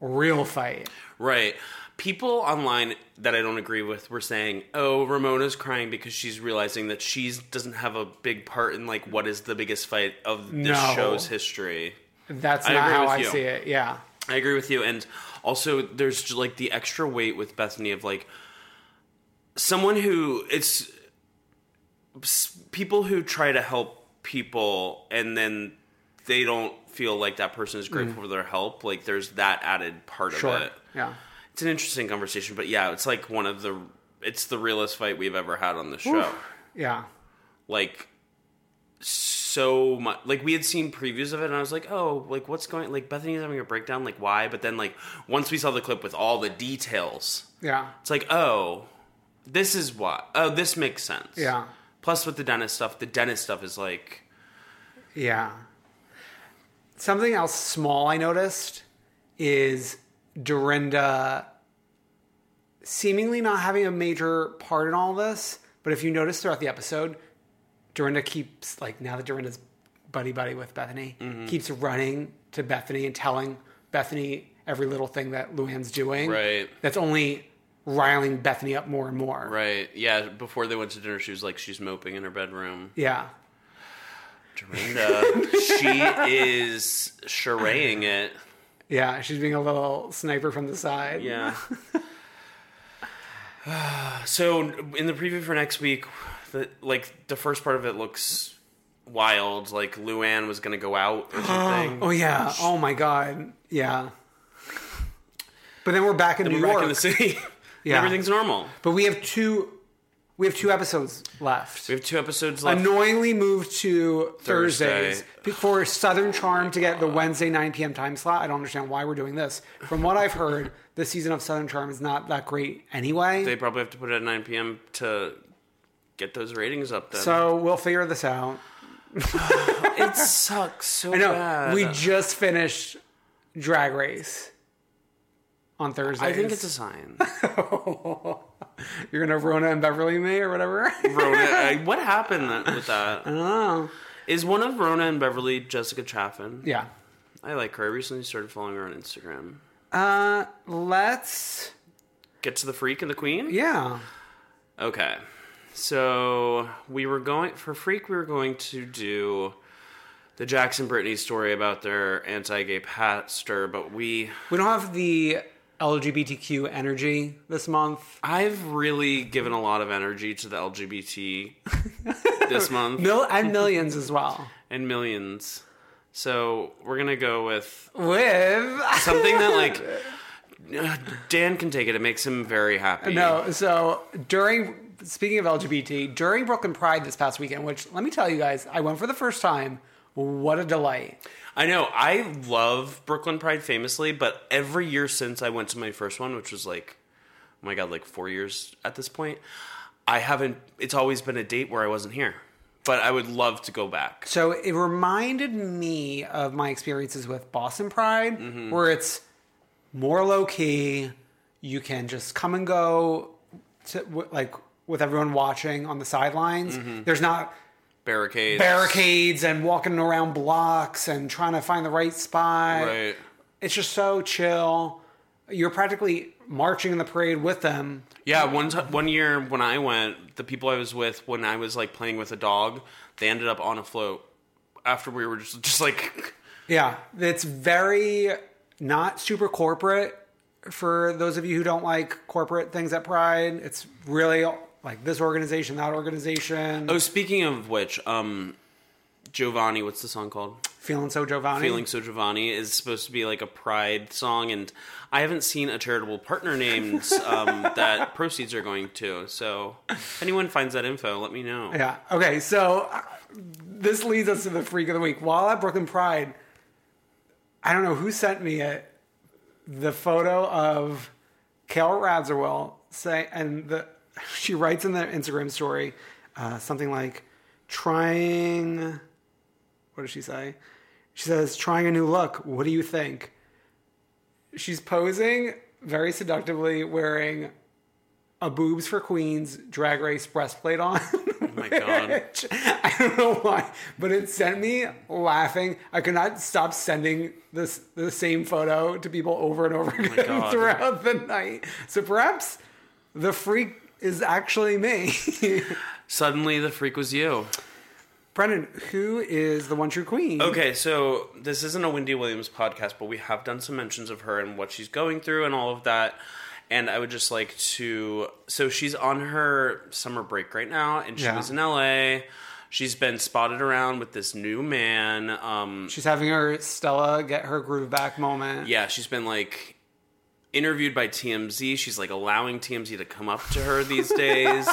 Speaker 2: real fight.
Speaker 1: Right. People online that I don't agree with were saying, "Oh, Ramona's crying because she's realizing that she doesn't have a big part in like what is the biggest fight of this
Speaker 2: No.
Speaker 1: show's history."
Speaker 2: That's
Speaker 1: I
Speaker 2: not
Speaker 1: agree
Speaker 2: how
Speaker 1: with
Speaker 2: I
Speaker 1: you.
Speaker 2: see it. Yeah.
Speaker 1: I agree with you, and also there's just, like the extra weight with Bethany of like someone who it's s- people who try to help people and then they don't feel like that person is grateful for their help. Like there's that added part
Speaker 2: Mm. Sure.
Speaker 1: of it.
Speaker 2: Yeah.
Speaker 1: It's an interesting conversation, but yeah, it's like one of the it's the realest fight we've ever had on the show.
Speaker 2: Yeah.
Speaker 1: Like so much like we had seen previews of it and I was like, "Oh, like what's going like Bethany's having a breakdown, like why?" But then like once we saw the clip with all the details,
Speaker 2: Yeah.
Speaker 1: it's like, "Oh, this is why. Oh, this makes sense."
Speaker 2: Yeah.
Speaker 1: Plus with the dentist stuff, the dentist stuff is like
Speaker 2: Yeah. Something else small I noticed is Dorinda seemingly not having a major part in all this, but if you notice throughout the episode, Dorinda keeps like now that Dorinda's buddy buddy with Bethany,
Speaker 1: Mm-hmm.
Speaker 2: keeps running to Bethany and telling Bethany every little thing that Luann's doing.
Speaker 1: Right.
Speaker 2: That's only riling Bethany up more and more.
Speaker 1: right. Yeah, before they went to dinner, she was like she's moping in her bedroom.
Speaker 2: Yeah.
Speaker 1: Dorinda, she is charaying it.
Speaker 2: Yeah. She's being a little sniper from the side.
Speaker 1: Yeah.
Speaker 2: [laughs]
Speaker 1: [sighs] so in the preview for next week, the, like the first part of it looks wild. Like Luann was gonna go out
Speaker 2: [gasps]
Speaker 1: or something.
Speaker 2: Oh yeah. Oh my god. Yeah. But then we're back in
Speaker 1: Then
Speaker 2: New
Speaker 1: we're back
Speaker 2: York.
Speaker 1: in the city. [laughs]
Speaker 2: Yeah.
Speaker 1: Everything's normal.
Speaker 2: but we have two we have two episodes left.
Speaker 1: We have two episodes left.
Speaker 2: Annoyingly moved to
Speaker 1: Thursday.
Speaker 2: Thursdays for Southern Charm to get the Wednesday 9 p.m. time slot. I don't understand why we're doing this. From what I've heard, the season of Southern Charm is not that great anyway.
Speaker 1: they probably have to put it at 9 p.m. to get those ratings up. Then
Speaker 2: so we'll figure this out. [laughs]
Speaker 1: it sucks so
Speaker 2: I know
Speaker 1: bad.
Speaker 2: we just finished Drag Race on Thursday.
Speaker 1: I think it's a sign.
Speaker 2: [laughs] you're gonna Rona and Beverly me or whatever. [laughs]
Speaker 1: Rona, I- what happened that, with that? I don't know. Is one of Rona and Beverly Jessica Chaffin?
Speaker 2: yeah.
Speaker 1: I like her. I recently started following her on Instagram.
Speaker 2: Uh, let's.
Speaker 1: Get to the Freak and the Queen?
Speaker 2: Yeah.
Speaker 1: Okay. So we were going, for Freak, we were going to do the Jackson Brittany story about their anti gay pastor, but we,
Speaker 2: We don't have the LGBTQ energy this month.
Speaker 1: I've really given a lot of energy to the LGBT
Speaker 2: [laughs]
Speaker 1: this month
Speaker 2: Mil- and millions as well.
Speaker 1: and millions. So we're going to go with
Speaker 2: With. [laughs]
Speaker 1: something that, like, Dan can take it. It makes him very happy.
Speaker 2: no, so during. Speaking of LGBT, during Brooklyn Pride this past weekend, which let me tell you guys, I went for the first time. What a delight.
Speaker 1: I know. I love Brooklyn Pride famously, but every year since I went to my first one, which was like, oh my God, like four years at this point, I haven't, it's always been a date where I wasn't here. But I would love to go back.
Speaker 2: So it reminded me of my experiences with Boston Pride, where it's more low key. You can just come and go, to, w- like with everyone watching on the sidelines. There's not
Speaker 1: Barricades.
Speaker 2: barricades and walking around blocks and trying to find the right spot.
Speaker 1: Right.
Speaker 2: It's just so chill. You're practically marching in the parade with them.
Speaker 1: Yeah, one t- one year when I went, the people I was with when I was like playing with a dog, they ended up on a float after we were just [laughs] just like
Speaker 2: Yeah, it's very not super corporate for those of you who don't like corporate things at Pride. It's really like this organization, that organization.
Speaker 1: Oh, speaking of which, um Giovanni, what's the song called?
Speaker 2: Feeling so Giovanni.
Speaker 1: Feeling So Giovanni is supposed to be like a pride song, and I haven't seen a charitable partner named um, that proceeds are going to. So, if anyone finds that info, let me know. Oh
Speaker 2: Yeah. Okay. So uh, this leads us to the freak of the week. While at Brooklyn Pride, I don't know who sent me it. The photo of Kale Radziwill say, and the [laughs] she writes in the Instagram story uh, something like trying. What does she say? She says trying a new look. What do you think? She's posing very seductively, wearing a boobs for queens drag race breastplate on. [laughs]
Speaker 1: Oh my my god.
Speaker 2: I don't know why, but it sent me laughing. I could not stop sending this the same photo to people over and over again [laughs]
Speaker 1: Oh God.
Speaker 2: throughout the night. So perhaps the freak is actually me. [laughs]
Speaker 1: Suddenly the freak was you.
Speaker 2: Brennan, who is the one true queen?
Speaker 1: Okay, so this isn't a Wendy Williams podcast, but we have done some mentions of her and what she's going through and all of that. And I would just like to. So she's on her summer break right now, and she
Speaker 2: Yeah.
Speaker 1: was in LA. She's been spotted around with this new man. Um,
Speaker 2: She's having her Stella get her groove back moment.
Speaker 1: yeah, she's been like interviewed by TMZ. She's like allowing TMZ to come up to her these days.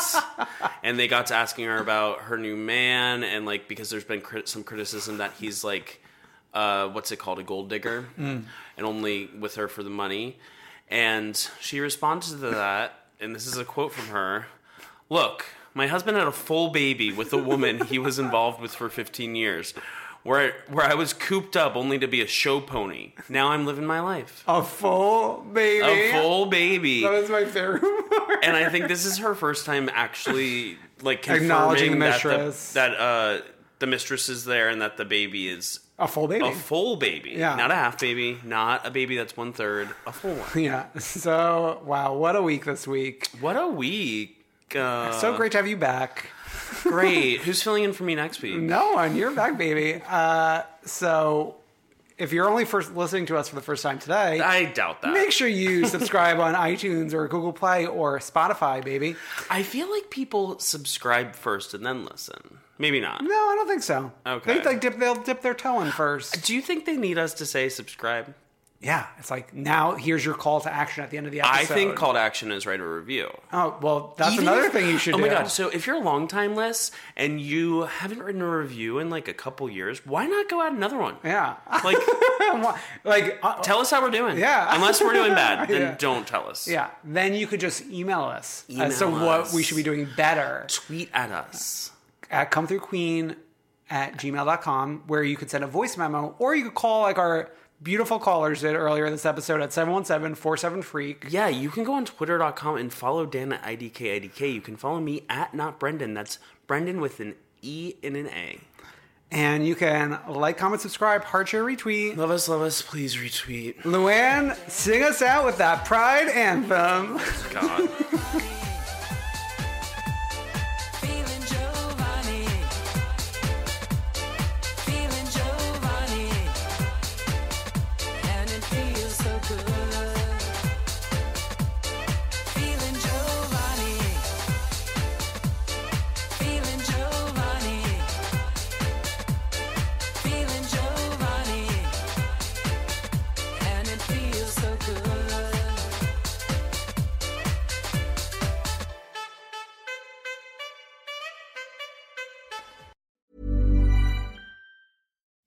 Speaker 1: and they got to asking her about her new man and like because there's been crit- some criticism that he's like uh, what's it called a gold digger and only with her for the money. And she responded to that and this is a quote from her. Look, my husband had a full baby with a woman he was involved with for 15 years. Where, where I was cooped up only to be a show pony. Now I'm living my life.
Speaker 2: A full baby.
Speaker 1: A full baby.
Speaker 2: That was my favorite [laughs] part.
Speaker 1: And I think this is her first time actually like confirming
Speaker 2: Acknowledging the
Speaker 1: that the-
Speaker 2: mistress.
Speaker 1: that, uh, the mistress is there and that the baby is
Speaker 2: A full baby.
Speaker 1: a full baby,
Speaker 2: Yeah.
Speaker 1: not a half baby, not a baby that's one third, a full
Speaker 2: [laughs]
Speaker 1: one.
Speaker 2: yeah. So wow, what a week this week.
Speaker 1: What a week! Uh,
Speaker 2: So [laughs] great to have you back.
Speaker 1: great. Who's filling in for me next week?
Speaker 2: No, and you're back, baby. Uh, so if you're only first listening to us for the first time today,
Speaker 1: I doubt that.
Speaker 2: make sure
Speaker 1: [laughs]
Speaker 2: you subscribe on iTunes or Google Play or Spotify, baby.
Speaker 1: I feel like people subscribe first and then listen. Maybe not.
Speaker 2: No, I don't think so.
Speaker 1: Okay.
Speaker 2: They, like dip, they'll dip their toe in first.
Speaker 1: Do you think they need us to say subscribe?
Speaker 2: Yeah, it's like now here's your call to action at the end of the episode.
Speaker 1: I think call to action is write a review.
Speaker 2: Oh well, that's
Speaker 1: Even
Speaker 2: another
Speaker 1: if-
Speaker 2: thing you should
Speaker 1: Oh
Speaker 2: do.
Speaker 1: my god! So if you're a long time list and you haven't written a review in like a couple years, why not go out another one?
Speaker 2: Yeah. [laughs]
Speaker 1: Like,
Speaker 2: like uh,
Speaker 1: tell us how we're doing.
Speaker 2: Yeah.
Speaker 1: Unless we're doing bad,
Speaker 2: [laughs]
Speaker 1: then
Speaker 2: Yeah.
Speaker 1: don't tell us.
Speaker 2: yeah, then you could just email us as to
Speaker 1: Email
Speaker 2: what
Speaker 1: us.
Speaker 2: we should be doing better.
Speaker 1: Tweet at us.
Speaker 2: at come through queen at gmail.com where you could send a voice memo or you could call like our beautiful callers did earlier this episode at 717-47-freak
Speaker 1: Yeah, you can go on twitter.com and follow Dan at IDKIDK. You can follow me at not Brendan. That's Brendan with an E and an A.
Speaker 2: and you can like comment subscribe heart share retweet
Speaker 1: Love us, love us. Please retweet.
Speaker 2: luann sing us out with that pride anthem [laughs]
Speaker 1: God.
Speaker 3: Feeling Giovanni. Feeling Giovanni. And it feels so good. Feeling Giovanni. Feeling Giovanni. Feeling Giovanni. And it feels so good.